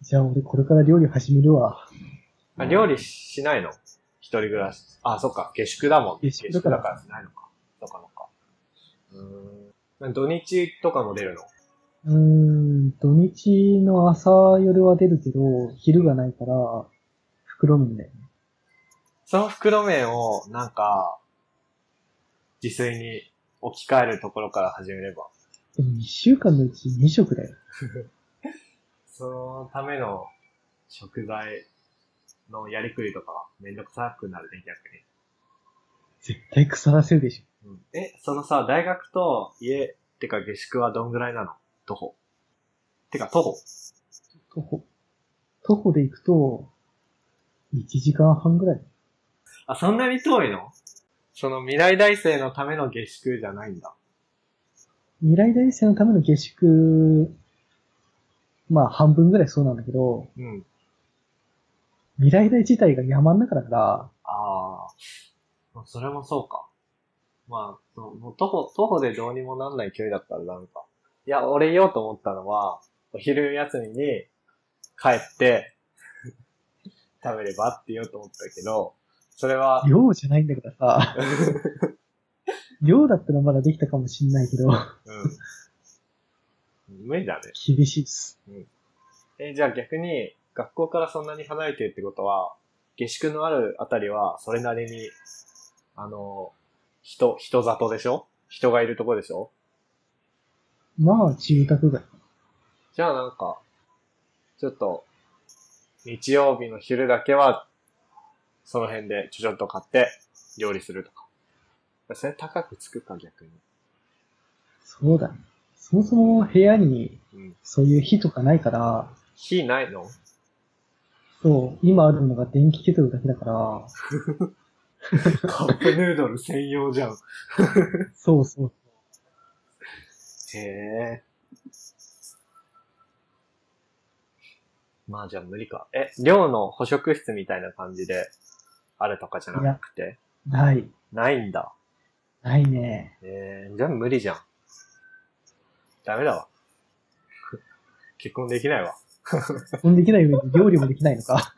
B: じゃあ俺これから料理始めるわ。
A: [laughs] あ料理しないの一人暮らし。あ、そっか。下宿だもん。
B: 下宿だから
A: 下しないのか。そっか、そっか。うーん。土日とかも出るの
B: うーん、土日の朝夜は出るけど、昼がないから、袋麺だよね。
A: その袋麺を、なんか、自炊に置き換えるところから始めれば。
B: でも1週間のうち2食だよ。
A: そのための食材のやりくりとかめんどくさくなるね、逆に。
B: 絶対腐らせるでし
A: うん、え、そのさ、大学と家、てか下宿はどんぐらいなの徒歩。てか徒歩
B: ょ。徒歩。徒歩で行くと、1時間半ぐらい。
A: あ、そんなに遠いのその未来大生のための下宿じゃないんだ。
B: 未来大生のための下宿、まあ半分ぐらいそうなんだけど、
A: うん。
B: 未来大自体が山の中だから、
A: ああ。まあそれもそうか。まあ、そのもう徒歩、徒歩でどうにもなんない距離だったらなんか。いや、俺言おうと思ったのは、お昼休みに帰って、 [laughs] 食べればって言おうと思ったけど、それは、
B: 寮じゃないんだからさ、寮だったらまだできたかもしんないけど、
A: うん。無理だね。
B: 厳しいっす。
A: え、じゃあ逆に、学校からそんなに離れてるってことは、下宿のあるあたりは、それなりに、あの、人、人里でしょ人がいるとこでしょ
B: まあ、住宅街。
A: じゃあなんか、ちょっと、日曜日の昼だけは、その辺でちょちょっと買って、料理するとか。それ高くつくか、逆に。
B: そうだね。そもそも部屋に
A: うん。
B: そういう火とかないから、
A: 火ないの
B: そう、今あるのが電気ケトルだけだから、
A: カップヌードル専用じゃん。
B: そうそう。
A: へえ。まあじゃあ無理か。え、寮の補食室みたいな感じであるとかじゃなくて
B: ない。
A: ないんだ。
B: ないね。
A: えー、じゃあ無理じゃん。ダメだわ。 [laughs] 結婚できないわ。
B: そんできない上に料理もできないの [laughs] か。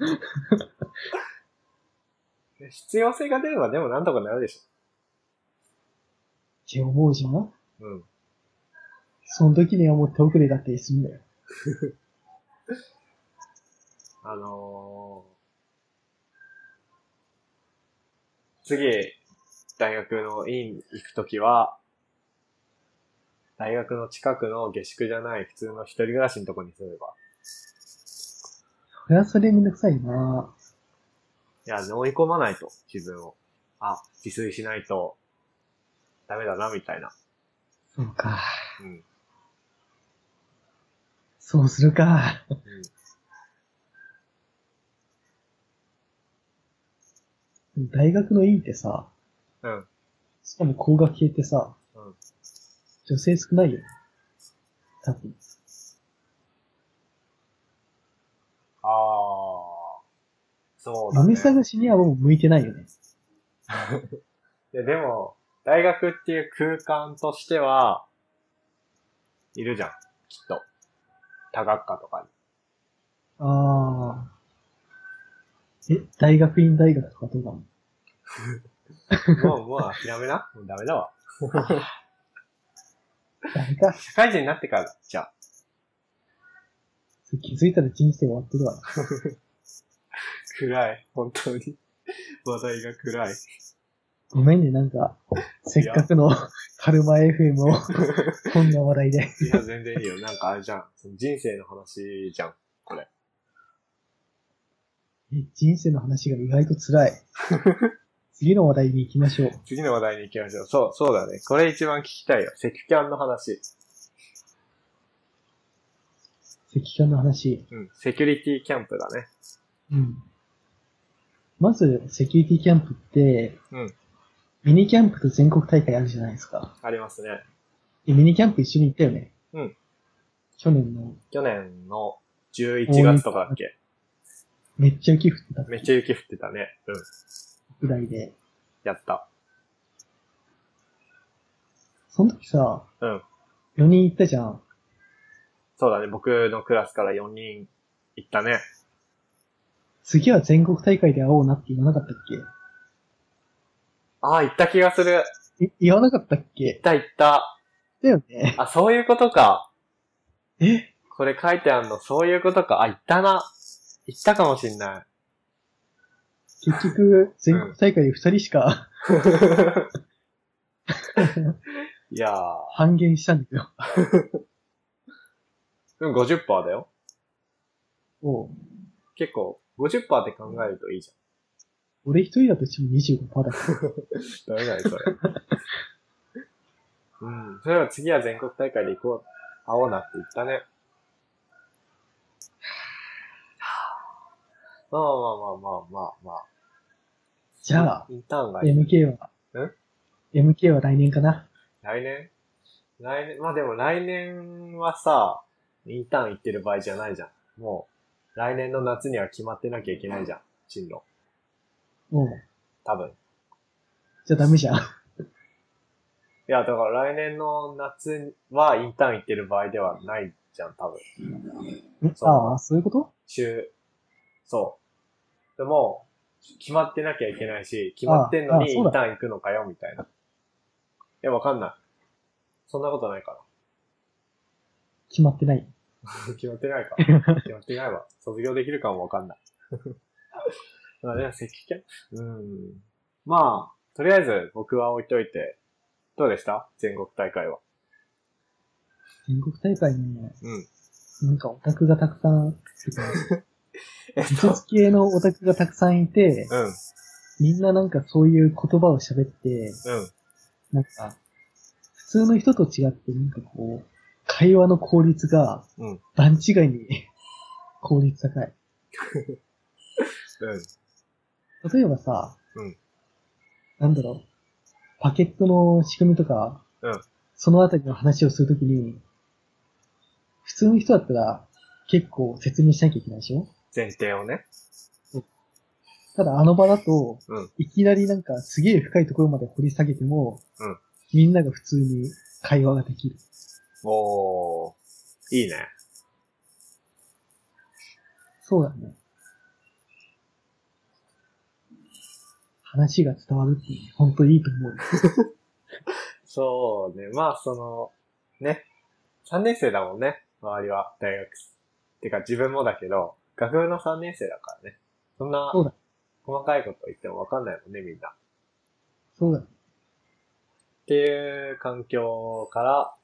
A: 必要性が出ればでもなんとかなるでし
B: って思うじゃん
A: ょ。うん。
B: その時にはもう手遅れだってすんだよ。
A: あのー、次、大学の院行くときは、大学の近くの下宿じゃない普通の一人暮らしのとこに住めば。
B: それはそれめんどくさいない
A: や、追い込まないと、自分を。あ、自炊しないと、ダメだな、みたいな。
B: そうか。
A: うん。
B: そうするか。
A: うん、
B: 大学の院ってさ、
A: うん。
B: しかも工学系ってさ、
A: うん
B: 女性少ないよ。多分。
A: ああ。そうだ、ね。
B: 嫁探しにはもう向いてないよね。
A: いや、でも、大学っていう空間としては、いるじゃん。きっと。多学科とかに。
B: ああ。え、大学院大学とかどうなの
A: もう、もう諦めな。も [laughs] うダメだわ。
B: ダメか。
A: 社会人になってからだ。じゃあ、
B: それ気づいたら人生終わってるわ。
A: 暗い。本当に。話題が暗い。
B: ごめんね、なんか、せっかくのカルマ FM
A: [laughs]
B: を、こんな話題で。
A: いや、全然いいよ。なんかあれじゃん。その人生の話じゃん。
B: え人生の話が意外と辛い。次の話題に行きましょう。
A: 次の話題に行きましょう。そう、そうだね。これ一番聞きたいよ。赤キャンの話。
B: 石化の話。
A: うん。セキュリティキャンプだね。
B: うん。まず、セキュリティキャンプって、
A: うん
B: ミニキャンプと全国大会あるじゃないですか。
A: ありますね。
B: でミニキャンプ一緒に行ったよね。
A: うん。
B: 去年の、
A: 去年の11月とかだっけ。
B: めっちゃ雪降ってた
A: めっちゃ雪降ってたね。うん。
B: ぐらいで、
A: やった。
B: その時さ、
A: うん。
B: 4人行ったじゃん。
A: そうだね。僕のクラスから4人行ったね。
B: 次は全国大会で会おうなって言わなかったっ
A: ああ、行った気がする。行っ
B: けえ、言わなかったっけ
A: た行った。
B: だよね。
A: あ、そういうことか。
B: え
A: これ書いてあんの、そういうことか。あ、行ったな。行ったかもしんない。
B: 結局、全国大会で2人しか
A: いやー。
B: 半減したんだよ。
A: うん、50%だよ。
B: もう、
A: 結構、50%って考えるといいじ
B: 俺一人だとしても25%だから。
A: ゃん。ダメだね、それ。 [laughs] うん。それは次は全国大会で行こう。会おうなって言った
B: [sighs]
A: ね。まあまあまあまあまあまあ。
B: じゃあ、
A: インターンが
B: MK は、MK は来年かな。
A: 来年来年、まあでも来年はさ、インターン行ってる場合じゃないじゃん。もう、来年の夏には決まってなきゃいけないじゃん。進路。
B: もう、
A: 多分。い
B: じゃあダメじゃん。
A: や、だから来年の夏はインターン行ってる場合ではないじゃん、多分。
B: ん
A: そう
B: ああ、そういうこと
A: 週、そう。でも、決まってなきゃいけないし、決まってんの
B: ああ
A: にイ
B: そう
A: ン
B: だ
A: ターン行くのかよ、みたいな。いや、わかんない。そんなことないか
B: 決まってない。
A: な。決まって
B: [laughs]
A: ないか。決まってないわ。卒業できるかもわかんない。 [laughs] まあね、石器うん。まあ、とりあえず僕は置いといて、どうでした全国大会は。
B: 全国大会ね、
A: うん。
B: なんかオタクがたくさん、
A: [laughs] えっ
B: 美術系のオタクがたくさんいて、
A: うん、
B: みんななんかそういう言葉を喋って、
A: うん。
B: なんか、普通の人と違って、なんかこう、会話の効率が
A: うん、
B: 段違いに [laughs] 効率高い。
A: うん。
B: 例えばさ、
A: うん
B: なんだろう、パケットの仕組みとか、
A: うん
B: そのあたりの話をするときに、普通の人だったら結構説明しなきゃいけないでしょ
A: 前提をね。
B: ただあの場だと、
A: うん
B: いきなりなんかすげえ深いところまで掘り下げても、
A: うん
B: みんなが普通に会話ができる。
A: おー。いいね。
B: そうだね。話が伝わるって、本当いいと思う。
A: そうね。まあ、その、ね。3年生だもんね。周りは、大学。てか、自分もだけど、学部の3年生だからね。そんな
B: そうだ、
A: 細かいこと言ってもわかんないもんね、みんな。っ
B: そうだね。
A: ていう環境から、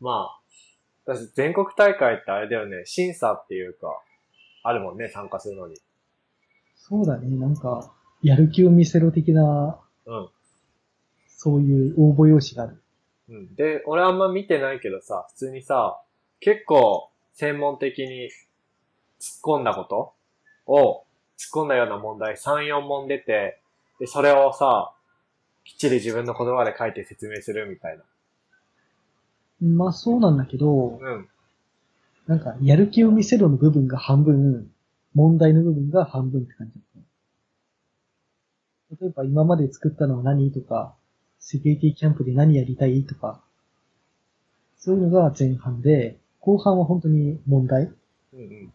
A: まあ、私、全国大会ってあれだよね、審査っていうか、あるもんね、参加するのに。
B: そうだね。なんか、やる気を見せろ的な、
A: うん
B: そういう応募用紙がある。
A: うん。で、俺あんま見てないけどさ、普通にさ、結構専門的に突っ込んだことを、突っ込んだような問題3、4問出て、で、それをさ、きっちり自分の言葉で書いて説明するみたいな。
B: まあそうなんだけど、
A: うん。
B: なんか、やる気を見せろの部分が半分、問題の部分が半分って感じだった。例えば、今まで作ったのは何とか、セキュリティキャンプで何やりたいとか、そういうのが前半で、後半は本当に問題
A: うんうん。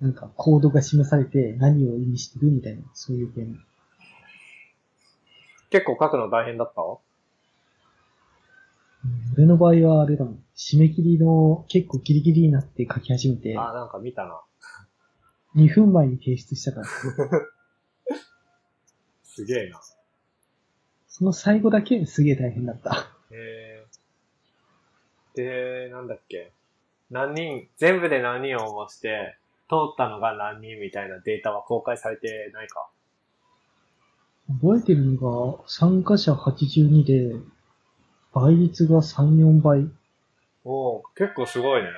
B: なんか、コードが示されて何を意味してるみたいな、そういうゲーム。
A: 結構書くの大変だったわ。
B: うん俺の場合はあれだもん。締め切りの結構ギリギリになって書き始めて、
A: あ、なんか見たな。
B: 2分前に提出したから、
A: すげえな。
B: その最後だけすげえ大変だった。
A: へえ。で、なんだっけ。何人、全部で何人応募して、通ったのが何人みたいなデータは公開されてないか。
B: 覚えてるのが、参加者82で、倍率が3、4倍。
A: おお結構すごいね。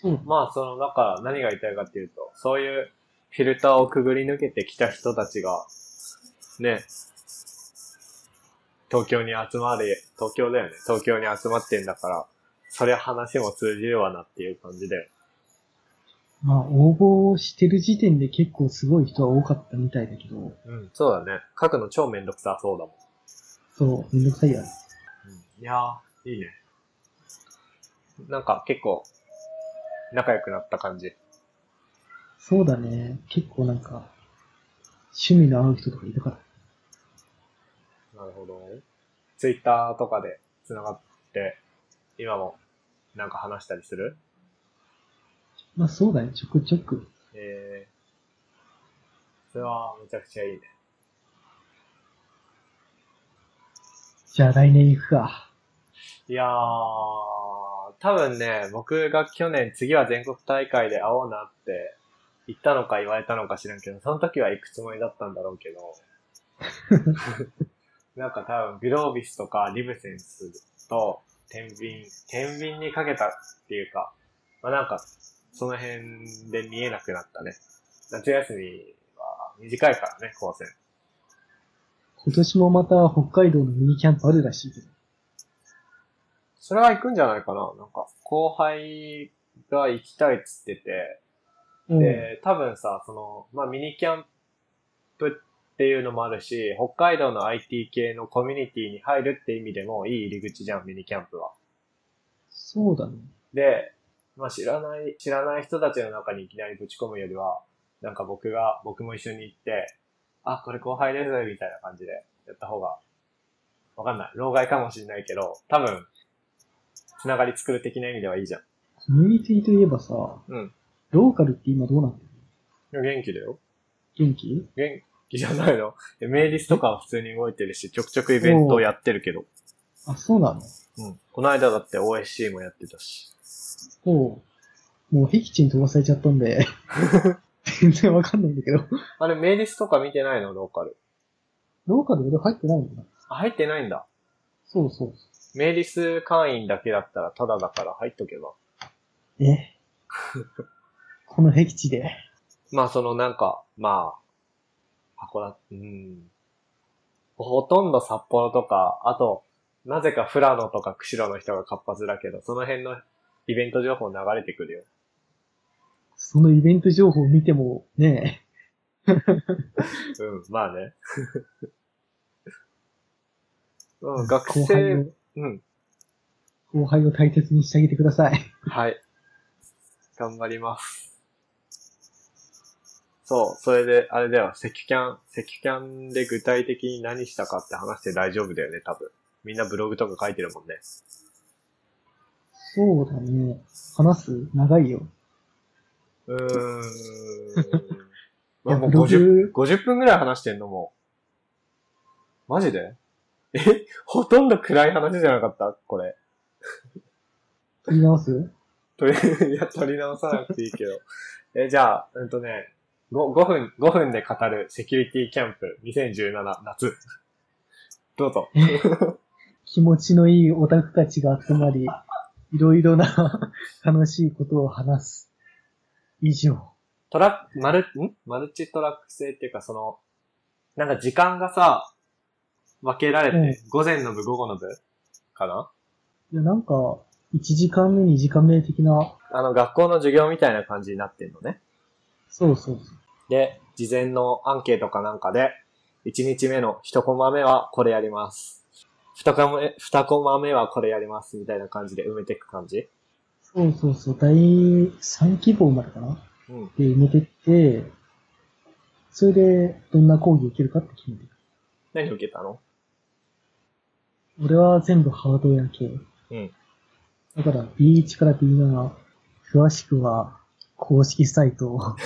B: そう。
A: まあ、その、だから何が言いたいかっていうと、そういうフィルターをくぐり抜けてきた人たちが、ね、東京に集まれ、東京だよね。東京に集まってんだから、そりゃ話も通じるわなっていう感じで。
B: まあ、応募をしてる時点で結構すごい人は多かったみたいだけど、
A: うん、そうだね。書くの超めんどくさそうだもん。
B: そう、めんどくさいやつ。
A: いやー、いいね。なんか結構、仲良くなった感じ。
B: そうだね。結構なんか、趣味の合う人とかいたから。
A: なるほど。ツイッターとかで繋がって、今もなんか話したりする
B: まあそうだね。ちょくちょく。
A: えー、それはめちゃくちゃいいね。
B: じゃあ来年行くか。
A: いやー、多分ね、僕が去年次は全国大会で会おうなって言ったのか言われたのか知らんけど、その時は行くつもりだったんだろうけど、なんか多分グロービスとかリブセンスと天秤、天秤にかけたっていうか、まあなんかその辺で見えなくなったね。夏休みは短いからね、高専。
B: 今年もまた北海道のミニキャンプあるらしいけど。
A: それは行くんじゃないかななんか後輩が行きたいっつってて、
B: うん。
A: で、多分さ、その、まあ、ミニキャンプっていうのもあるし、北海道の IT 系のコミュニティに入るって意味でもいい入り口じゃん、ミニキャンプは。
B: そうだね。
A: で、まあ、知らない、知らない人たちの中にいきなりぶち込むよりは、なんか僕が、僕も一緒に行って、あ、これ後輩です、みたいな感じでやった方が、わかんない。老害かもしんないけど、多分、つながり作る的な意味ではいいじゃん。
B: コミュニティといえばさ、
A: うん
B: ローカルって今どうなってる
A: 元気だよ。
B: 元気
A: 元気じゃないの [laughs] えメイリスとかは普通に動いてるし、ちょくちょくイベントをやってるけど。
B: あ、そうなの
A: うん。この間だって OSC もやってたし。
B: おう。もう、僻地に飛ばされちゃったんで、全然わかんないんだけど。
A: あれ、メイリスとか見てないのローカル。
B: ローカル俺入ってないんだ。
A: あ入ってないんだ。
B: そうそうそ
A: メイリス会員だけだったらタダだから入っとけば。
B: う。えこの僻地で。
A: まあそのなんか、まあ、箱だ、うん。ほとんど札幌とか、あと、なぜか富良野とか釧路の人が活発だけど、その辺のイベント情報流れてくるよ。
B: そのイベント情報を見てもね、
A: うん、まあね。 [laughs] うん、学生、うん、
B: 後輩を、後輩を大切にしてあげてください。
A: はい。頑張ります。そう、それで、あれだよ、赤キャン、赤キャンで具体的に何したかって話して大丈夫だよね、多分。みんなブログとか書いてるもんね。
B: そうだね。話す長いよ。
A: う [laughs] ーん。
B: いや
A: あもう
B: ブロ
A: 50、
B: グ、
A: 50分ぐらい話してんのもう。マジでえほとんど暗い話じゃなかったこれ。
B: 取り直す
A: 取り、い [laughs] や、取り直さなくていいけど。え、じゃあ、うんとね、5, 5分、5分で語るセキュリティキャンプ2017夏。どうぞ。
B: 気持ちのいいオタクたちが集まり、いろいろな [laughs] 楽しいことを話す。以上。
A: トラック、マル、んマルチトラック制っていうか、その、なんか時間がさ、分けられて、午前の部、午後の部かない
B: や、なんか、1時間目、2時間目的な、
A: あの、学校の授業みたいな感じになってんのね。
B: そうそうそう。
A: で、事前のアンケートかなんかで、1日目の1コマ目はこれやります。2コマ目、2コマ目はこれやります。みたいな感じで埋めていく感じ
B: そうそうそう、第3希望までかな
A: うん。
B: で埋めてって、それでどんな講義受けるかって決めていく。
A: 何受けたの
B: 俺は全部ハードウェア系。
A: うん。
B: だから B1 から B7、詳しくは公式サイトを。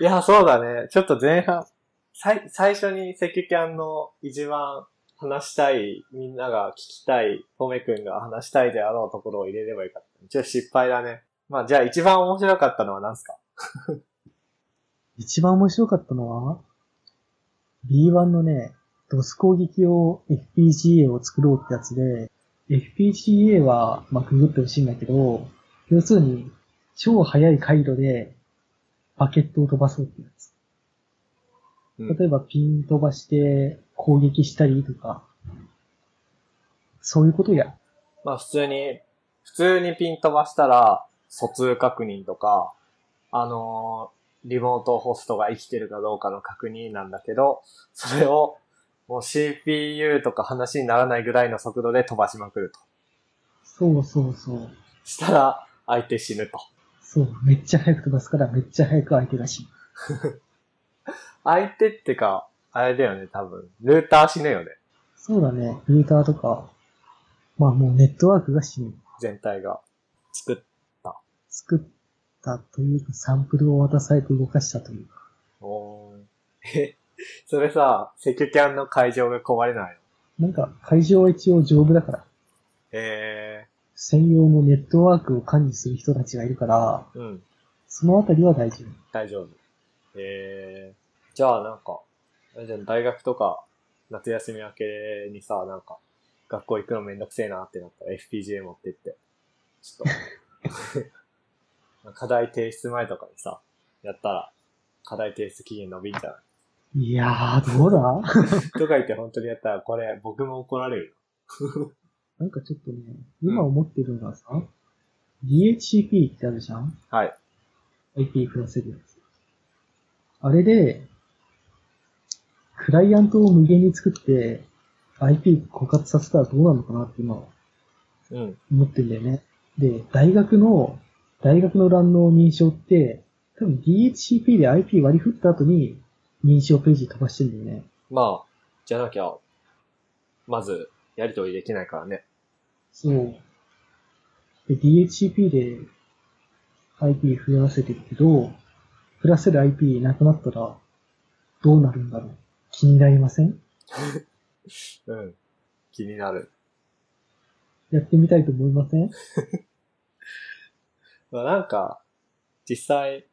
A: いや、そうだね。ちょっと前半、最、最初にセキュキャンの一番話したい、みんなが聞きたい、とめくんが話したいであろうところを入れればよかった。ちょっと失敗だね。まあ、じゃあ一番面白かったのは何すか
B: 一番面白かったのは、B1 のね、ドス攻撃用 FPGA を作ろうってやつで、FPGA は、まあ、ググってほしいんだけど、要するに、超速い回路で、バケットを飛ばそうってやつ。
A: うん
B: 例えば、ピン飛ばして、攻撃したりとか、そういうことや。
A: まあ普通に、普通にピン飛ばしたら、疎通確認とか、あのーリモートホストが生きてるかどうかの確認なんだけど、それを、もう CPU とか話にならないぐらいの速度で飛ばしまくると。
B: そうそうそう。
A: したら、相手死ぬと。
B: そう、めっちゃ速く飛ばすから、めっちゃ速く相手が死ぬ。
A: 相手ってか、あれだよね、多分。ルーター死ぬよね、
B: そうだね、ルーターとか、まあもうネットワークが死ぬ。
A: 全体が。作っ、
B: 作ったというか、サンプルを渡されて動かしたというか。
A: おーえ、それさ、セキュキャンの会場が壊れないの。
B: なんか、会場は一応丈夫だから、
A: え
B: 専用のネットワークを管理する人たちがいるから、
A: ー、うん。
B: そのあたりは大丈夫。
A: 大丈夫。えー、じゃあなんか、あれじゃん大学とか夏休み明けにさ、なんか、学校行くのめんどくせえなってなったら FPGA 持ってって、ちょっと、 [laughs] 課題提出前とかにさ、やったら、課題提出期限伸びんじゃない
B: いやー、どうだ
A: とか言って本当にやったら、これ僕も怒られるよ。
B: なんかちょっとね、今思ってるのがさ、DHCP ってあるじゃん
A: はい。
B: ?IP 増やせるやつ。あれで、クライアントを無限に作って、IP 枯渇させたらどうなるのかなって今
A: うん。
B: 思ってんだよね。で、大学の、大学の欄の認証って、多分 DHCP で IP 割り振った後に認証ページ飛ばしてんだよね。
A: まあ、じゃなきゃ、まず、やりとりできないからね。
B: そう。で、DHCP で IP 増やせてるけど、増やせる IP なくなったらどうなるんだろう。気になりません
A: うん。気になる。
B: やってみたいと思いません
A: まあなんか、実際、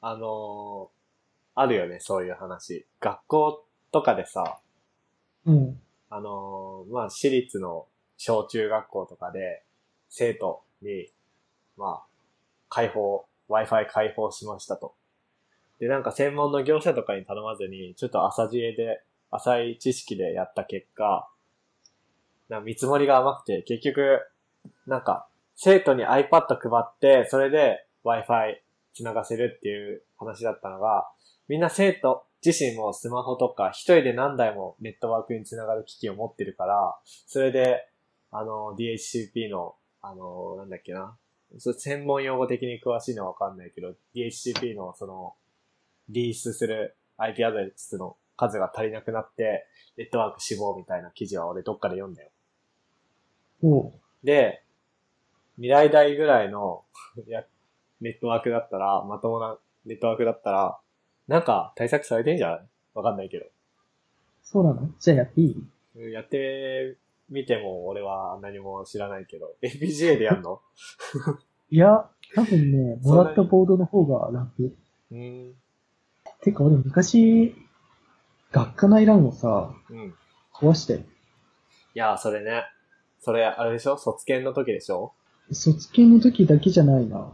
A: あのーあるよね、そういう話。学校とかでさ、
B: うん。
A: あのーまあ、私立の小中学校とかで、生徒に、まあ、開放、Wi-Fi 開放しましたと。で、なんか専門の業者とかに頼まずに、ちょっと朝知恵で、浅い知識でやった結果、なんか見積もりが甘くて、結局、なんか、生徒に iPad 配って、それで Wi-Fi 繋がせるっていう話だったのが、みんな生徒自身もスマホとか一人で何台もネットワークにつながる機器を持ってるから、それで、あの、DHCP の、あの、なんだっけな。そ専門用語的に詳しいのはわかんないけど、DHCP のその、リリースする IP アドレスの数が足りなくなって、ネットワーク死亡みたいな記事は俺どっかで読んだよ。
B: おう。
A: で、未来大ぐらいの、いや、ネットワークだったら、まともなネットワークだったら、なんか対策されてんじゃないわかんないけど。
B: そうなのじゃあやっていい
A: うんやってみても俺は何も知らないけど。FPGA でやんの
B: いや、多分ね、
A: そん
B: も
A: なに
B: らったボードの方が楽。
A: [laughs] うん。
B: てか俺昔、学科内欄をさ、
A: うん。い
B: 壊して、
A: や、それね。それ、あれでしょ卒検の時でしょ
B: 卒検の時だけじゃないな。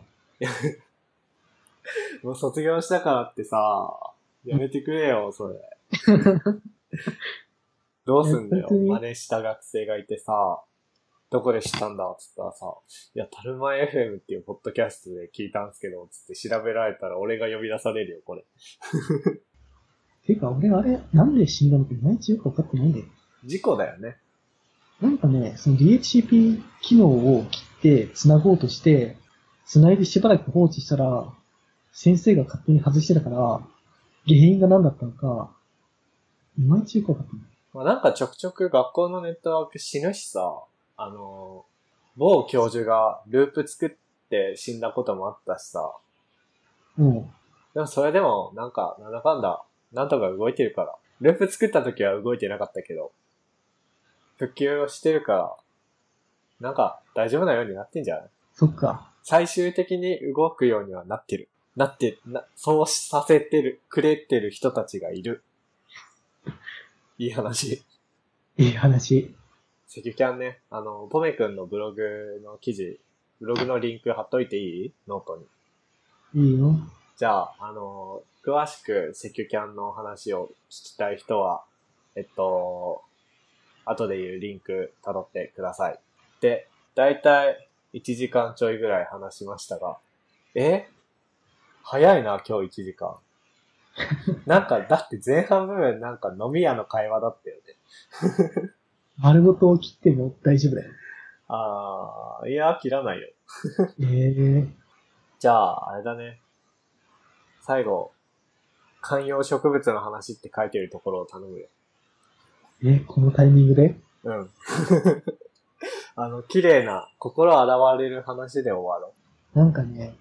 A: もう卒業したからってさ、やめてくれよ、それ。どうすんだよ
B: 本当。に
A: 真似した学生がいてさ、どこで知ったんだっつったらさ、いや、タルマ FM っていうポッドキャストで聞いたんすけど、つって調べられたら俺が呼び出されるよ、これ。
B: てか俺あれ、なんで死んだのかいまいちよくわかってないんだよ。
A: 事故だよね。
B: なんかね、その DHCP 機能を切って繋ごうとして、繋いでしばらく放置したら、先生が勝手に外してたから、原因が何だったのか、いまいちよくわかってない。
A: まあ、なんかちょくちょく学校のネットワーク死ぬしさ、あのー、某教授がループ作って死んだこともあったしさ、
B: うん。
A: でもそれでもなんか、なんだかんだ、なんとか動いてるから。ループ作った時は動いてなかったけど、復旧をしてるから、なんか大丈夫なようになってんじゃない
B: そっか。
A: 最終的に動くようにはなってる。なって、な、そうさせてる、くれてる人たちがいる。いい話。
B: いい話。
A: セキュキャンね、あの、ポメ君のブログの記事、ブログのリンク貼っといていいノートに。
B: いいよ。
A: じゃあ、あの、詳しくセキュキャンの話を聞きたい人は、えっと、後で言うリンク辿ってください。で、だいたい1時間ちょいぐらい話しましたが、え早いな、今日1時間。なんか、だって前半部分なんか飲み屋の会話だったよね。
B: 丸ごと切っても大丈夫だよ。
A: あー、いや、切らないよ。
B: ええ
A: じゃあ、あれだね。最後、観葉植物の話って書いてるところを頼むよ。
B: え、このタイミングで
A: うん。 [laughs] あの、綺麗な、心現れる話で終わろ
B: なんかね、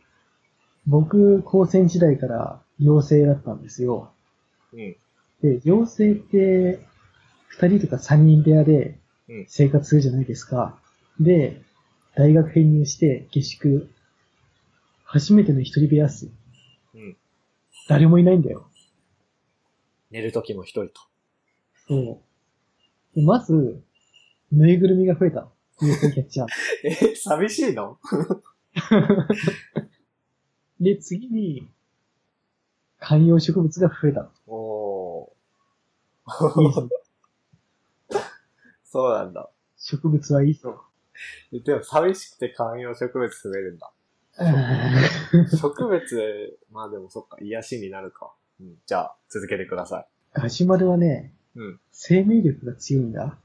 B: 僕、高専時代から妖精だったんですよ。
A: う。うん。
B: で、妖精って、二人とか三人部屋で
A: うん
B: 生活するじゃないですか。で、大学編入して下宿、初めての一人部屋っすよ。
A: うん
B: 誰もいないんだよ。
A: 寝る時も一人と。
B: そう。でまず、ぬいぐるみが増えた。妖精キャッチャー。
A: え、寂しいの
B: で、次に、観葉植物が増えた。
A: お
B: いいぞ
A: ー。そうなんだ。
B: 植物はいいぞ。
A: でも寂しくて観葉植物増えるんだ。 [laughs] 植物、まあでもそっか、癒しになるか。うん。じゃあ、続けてください。
B: ガジュマルはね、
A: うん
B: 生命力が強いんだ。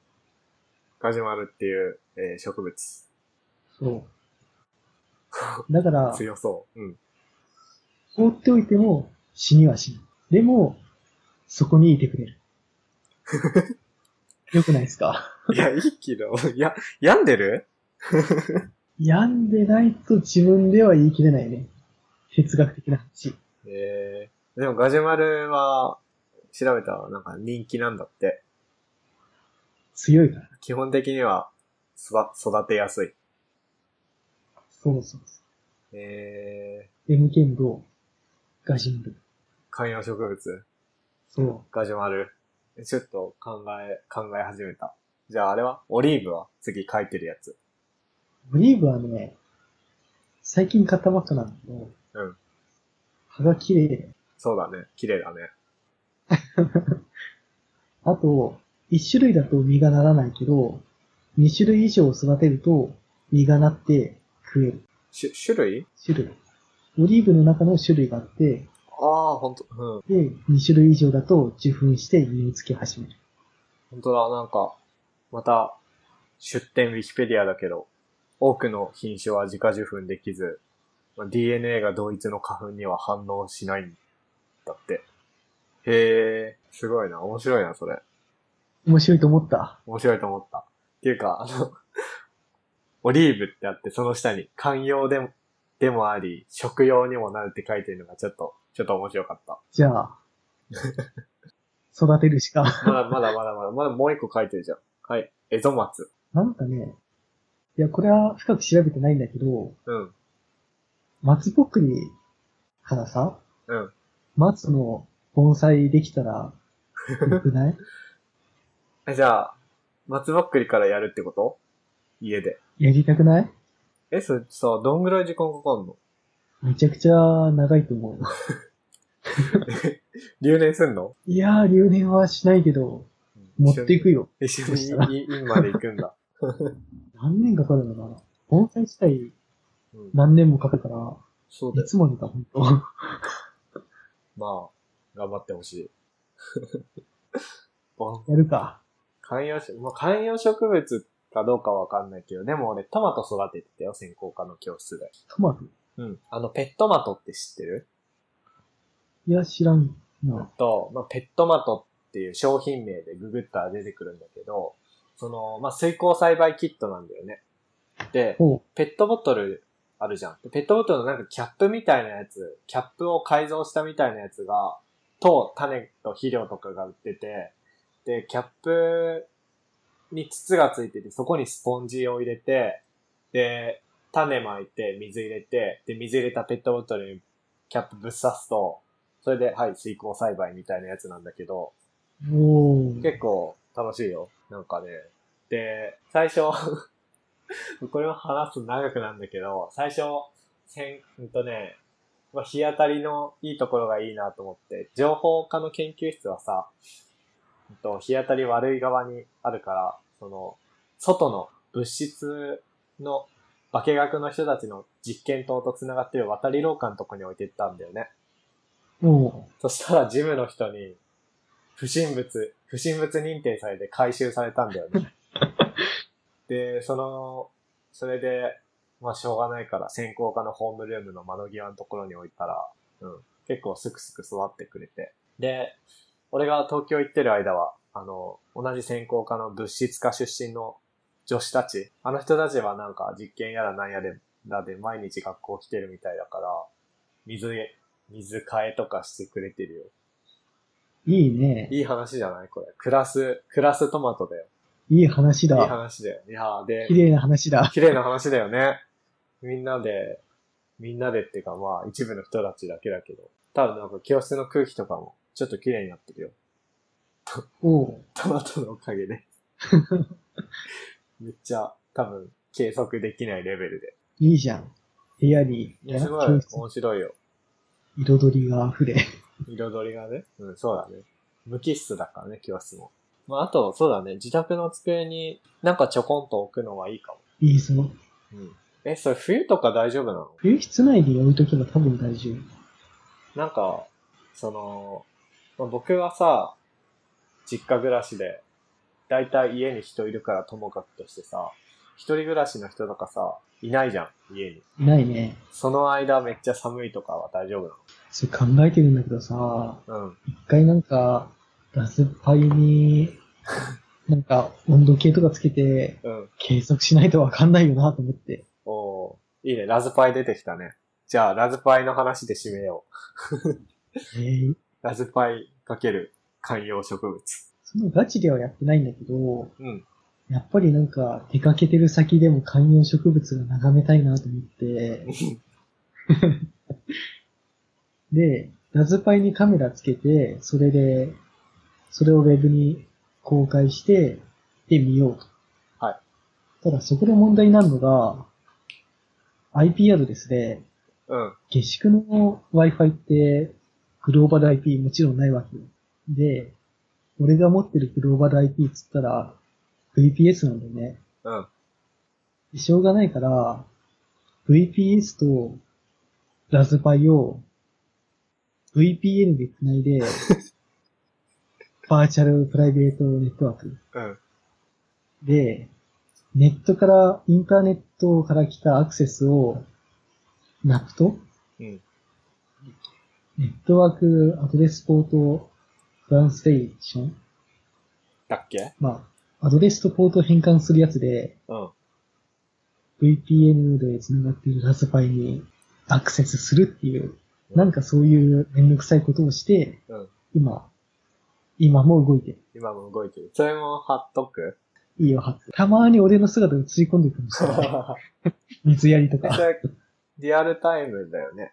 A: ガジュマルっていう、えー植物。
B: そう。だから、
A: 強そう。うん。
B: 放っておいても死には死ぬ。でも、そこにいてくれ
A: [laughs]
B: る。よくないですか
A: [laughs] いや、いいけど、や、病んでる
B: 病んでないと自分では言い切れないね。哲学的な話。
A: ええでもガジュマルは、調べたらなんか人気なんだって。
B: 強いから。
A: 基本的には、そば、育てやすい。
B: そうそうそ
A: ええ
B: う。M 剣道、ガジンブ。
A: 観葉植物、
B: そう。
A: ガジュマル。ちょっと考え、考え始めた。じゃああれはオリーブは次書いてるやつ。
B: オリーブはね、最近買ったばっかなんだけど、
A: うん。
B: 葉が綺麗。
A: そうだね。綺麗だね。
B: あと、一種類だと実がならないけど、二種類以上育てると実がなって食える。
A: し、種類
B: 種類。オリーブの中の種類があって、
A: ああ、ほんと、うん。
B: で、二種類以上だと受粉して実をつけ始める。
A: ほんとだ、なんか、また、出典ウィキペディアだけど、多くの品種は自家受粉できず、まあ DNA が同一の花粉には反応しないんだって。へえ、すごいな、面白いな、それ。
B: 面白いと思った。
A: 面白いと思った。っていうか、あの、 [laughs] オリーブってあって、その下に観葉でも、でもあり、食用にもなるって書いてるのがちょっと、ちょっと面白かった。
B: じゃ
A: [laughs]
B: あ、育てるしか。
A: まだまだまだまだ、まだもう一個書いてるじゃん。はい。エゾマツ。
B: なんかね、いや、これは深く調べてないんだけど、
A: うん。
B: 松ぼっくりからさ、
A: うん。
B: 松の盆栽できたら、よ
A: [laughs]
B: くない
A: え、じゃあ、松ぼっくりからやるってこと家で。
B: やりたくない
A: え、それさ、どんぐらい時間かかんの
B: めちゃくちゃ長いと思う。
A: 留年すんの
B: いやー、留年はしないけど、持っていくよ。
A: 一緒に一緒にい院まで行くんだ。
B: 何年かかるのかな盆栽自体
A: うん、
B: 何年もかかるから、
A: そうだ
B: い
A: よ。
B: つまでか、本当
A: まあ、頑張ってほしい。 [laughs] あ
B: やるか。
A: 観葉植、まあ、観葉植物かどうかわかんないけど、でも俺トマト育ててたよ、専攻科の教室で。
B: トマト
A: うん。あの、ペットマトって知ってる
B: いや、知らんな。
A: と、まあ、ペットマトっていう商品名でググったら出てくるんだけど、その、まあ、水耕栽培キットなんだよね。で、
B: ほ
A: ペットボトルあるじゃん。ペットボトルのなんかキャップみたいなやつ、キャップを改造したみたいなやつが、と種と肥料とかが売ってて、で、キャップに筒がついてて、そこにスポンジを入れて、で、種まいて、水入れて、で、水入れたペットボトルにキャップぶっ刺すと、それで、はい、水耕栽培みたいなやつなんだけど、
B: う。おー。
A: 結構楽しいよ。なんかね。で、最初、 [laughs] これも話すと長くなるんだけど、最初、せん、うんとね、まあ、日当たりのいいところがいいなと思って、情報科の研究室はさ、うんと日当たり悪い側にあるから、その、外の物質の化学の人たちの実験棟と繋がってる渡り廊下のとこに置いてったんだよね。
B: お
A: そしたらジムの人に、不審物、不審物認定されて回収されたんだよね。で、その、それで、まあしょうがないから、専攻科のホームルームの窓際のところに置いたら、うん、結構すくすく育ってくれて。で、俺が東京行ってる間は、あの、同じ専攻科の物質科出身の女子たち、あの人たちはなんか実験やらなんやらで毎日学校来てるみたいだから、水へ、水替えとかしてくれてるよ。
B: ーいいね。
A: いい話じゃないこれ。クラス、クラストマトだよ。
B: いい話
A: いい
B: だ。
A: 話だよ。いやーで
B: 綺、麗な話だ。
A: 綺麗な話だよね。みんなで、みんなでっていうかまあ一部の人たちだけだけど、多分なんか教室の空気とかもちょっと綺麗になってるよ。
B: おー。
A: トマトのおかげ
B: [laughs]
A: で。めっちゃ多分計測できないレベルで。
B: いいじゃん。部屋に、
A: いやすごい
B: 教室
A: 面白いよ。
B: 彩りが溢れ。 [laughs]
A: 彩りがね。うん、そうだね。無機質だからね、教室も。まあ、あと、そうだね。自宅の机になんかちょこんと置くのはいいかも。
B: いいぞ。
A: うん。え、それ冬とか大丈夫なの
B: 冬室内に置いとけば多分大丈夫。
A: なんか、その、まあ僕はさ、実家暮らしで、だいたい家に人いるからともかくとしてさ、一人暮らしの人とかさ、いないじゃん、家に。
B: いないね。
A: その間めっちゃ寒いとかは大丈夫
B: それ考えてるんだけどさ、
A: なのうん。
B: 一回なんか、ガスパイに、 [laughs] なんか温度計とかつけて、
A: うん。
B: 計測しないとわかんないよなと思って。
A: おーいいね、ラズパイ出てきたね。じゃあ、ラズパイの話で締めよう。
B: えー、
A: ラズパイ×観葉植物。
B: そのガチではやってないんだけど、
A: うん。
B: やっぱりなんか出かけてる先でも観葉植物が眺めたいなと
A: [laughs]
B: 思って、で、ラズパイにカメラつけて、それでそれをウェブに公開して、で見ようと。
A: はい。
B: ただそこで問題になるのが、IP アドレスで、
A: うん。
B: 下宿の Wi-Fi ってグローバル IP もちろんないわけよで、俺が持ってるグローバル IP っつったら VPS なんだよね。
A: うん。
B: でしょうがないから、VPS とラズパイを VPN で繋いで、バーチャルプライベートネットワーク
A: うん。
B: で、ネットから、インターネットから来たアクセスを、NAP と
A: うん。
B: ネットワークアドレスポートトランスレーション
A: だっけ
B: まあ、アドレスとポートを変換するやつで、
A: うん。
B: VPN で繋がっているラズパイにアクセスするっていう、なんかそういうめんどくさいことをして、
A: うん。
B: 今、今も動いてる。
A: 今も動いてる。それも貼っと [laughs] く
B: いいよ、初。たまに俺の姿映り込んでくるし
A: そ
B: れない [laughs] 水やりとか、
A: れ、リアルタイムだよね。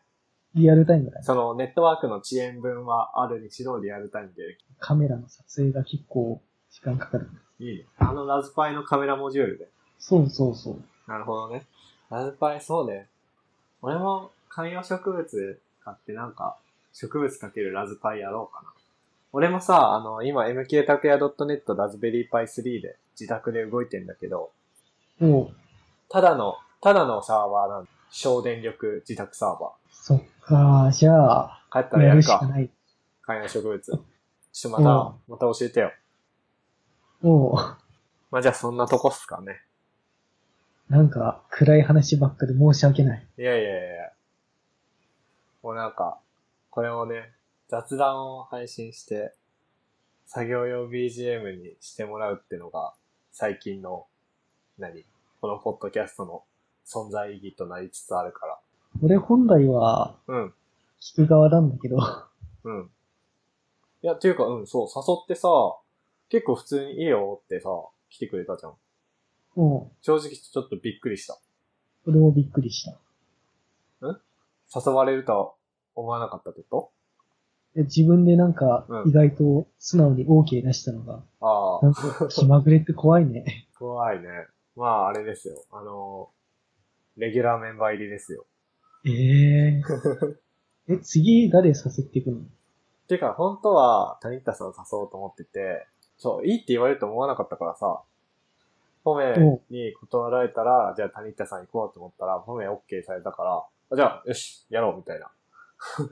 B: リアルタイムだね。
A: そのネットワークの遅延分はあるにしろリアルタイムで。
B: カメラの撮影が結構時間かかる。
A: いいね。あのラズパイのカメラモジュールで。
B: そうそうそう。
A: なるほどね。ラズパイ、そうね。俺も観葉植物買ってなんか、植物かけるラズパイやろうかな。俺もさ、あの、今 mktakuya.net ラズベリーパイ3で自宅で動いてんだけど、
B: もう、
A: ただの、ただのサーバーなん省電力自宅サーバ
B: そっか、じゃあ、
A: ー。帰ったら
B: や
A: や
B: る
A: る
B: しか
A: か。
B: ない。
A: 観葉植物。ちょっとまた、また教えてよ。
B: もう、
A: まあ、じゃあそんなとこっすかね。
B: なんか暗い話ばっかで申し訳ない。
A: いやいやいやいや。もうなんか、これをね、雑談を配信して、作業用 BGM にしてもらうってのが、最近の、何このポッドキャストの存在意義となりつつあるか
B: 俺本来は
A: ら。うん、
B: 聞く側なんだけど、 [laughs]
A: うん。いや、というか、うん、そう、誘ってさ、結構普通にいいよってさ、来てくれたじゃん。
B: も
A: 正直ちょっとびっくりした。
B: う、俺もびっくりした。
A: 誘われるとは思わなかったってこ
B: で自分でなんか
A: う、ん
B: 意外と素直に OK 出したのが、
A: とああ。
B: なんか気まぐれって怖いね。
A: 怖いね。まあ、あれですよ。あのーレギュラーメンバー入りですよ。
B: えええ、次誰させていくの
A: てか、本当は、谷田さんを誘おうと思ってて、そう、いいって言われると思わなかったからさ、ポメに断られたら、じゃあ谷田さん行こうと思ったら、ポメ OK されたから、あじゃあ、よし、やろう、みたいな。っ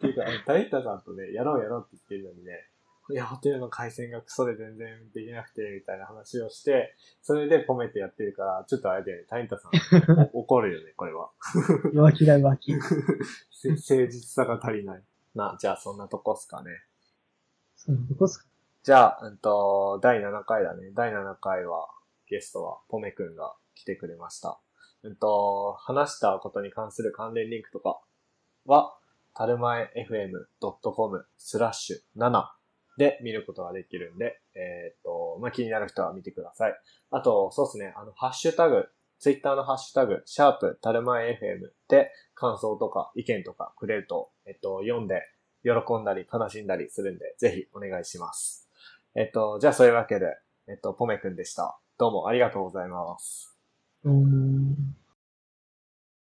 A: ていうか、谷田さんとね、やろうやろうって言ってるのにね、いや、ホテルの回線がクソで全然できなくて、みたいな話をして、それでポメってやってるから、ちょっとあれだよね、谷田さん、お怒るよね、これは。
B: 弱気だ弱気。
A: せ誠実さが足りない。な、じゃあそんなとこっすかね。
B: そう、どこっすか
A: じゃあ、うんと、第7回だね。第7回は、ゲストは、ポメくんが来てくれました。うんと、話したことに関する関連リンクとかは、たるまえ fm.com スラッシュ7で見ることができるんで、えーっと、まあ、気になる人は見てください。あと、そうですね、あの、ハッシュタグ、ツイッターのハッシュタグ、シャープたるまえ fm で感想とか意見とかくれると、えっと、読んで、喜んだり悲しんだりするんで、ぜひお願いします。えっと、じゃあそういうわけで、えっと、ポメくんでした。どうもありがとうございます。
B: うーん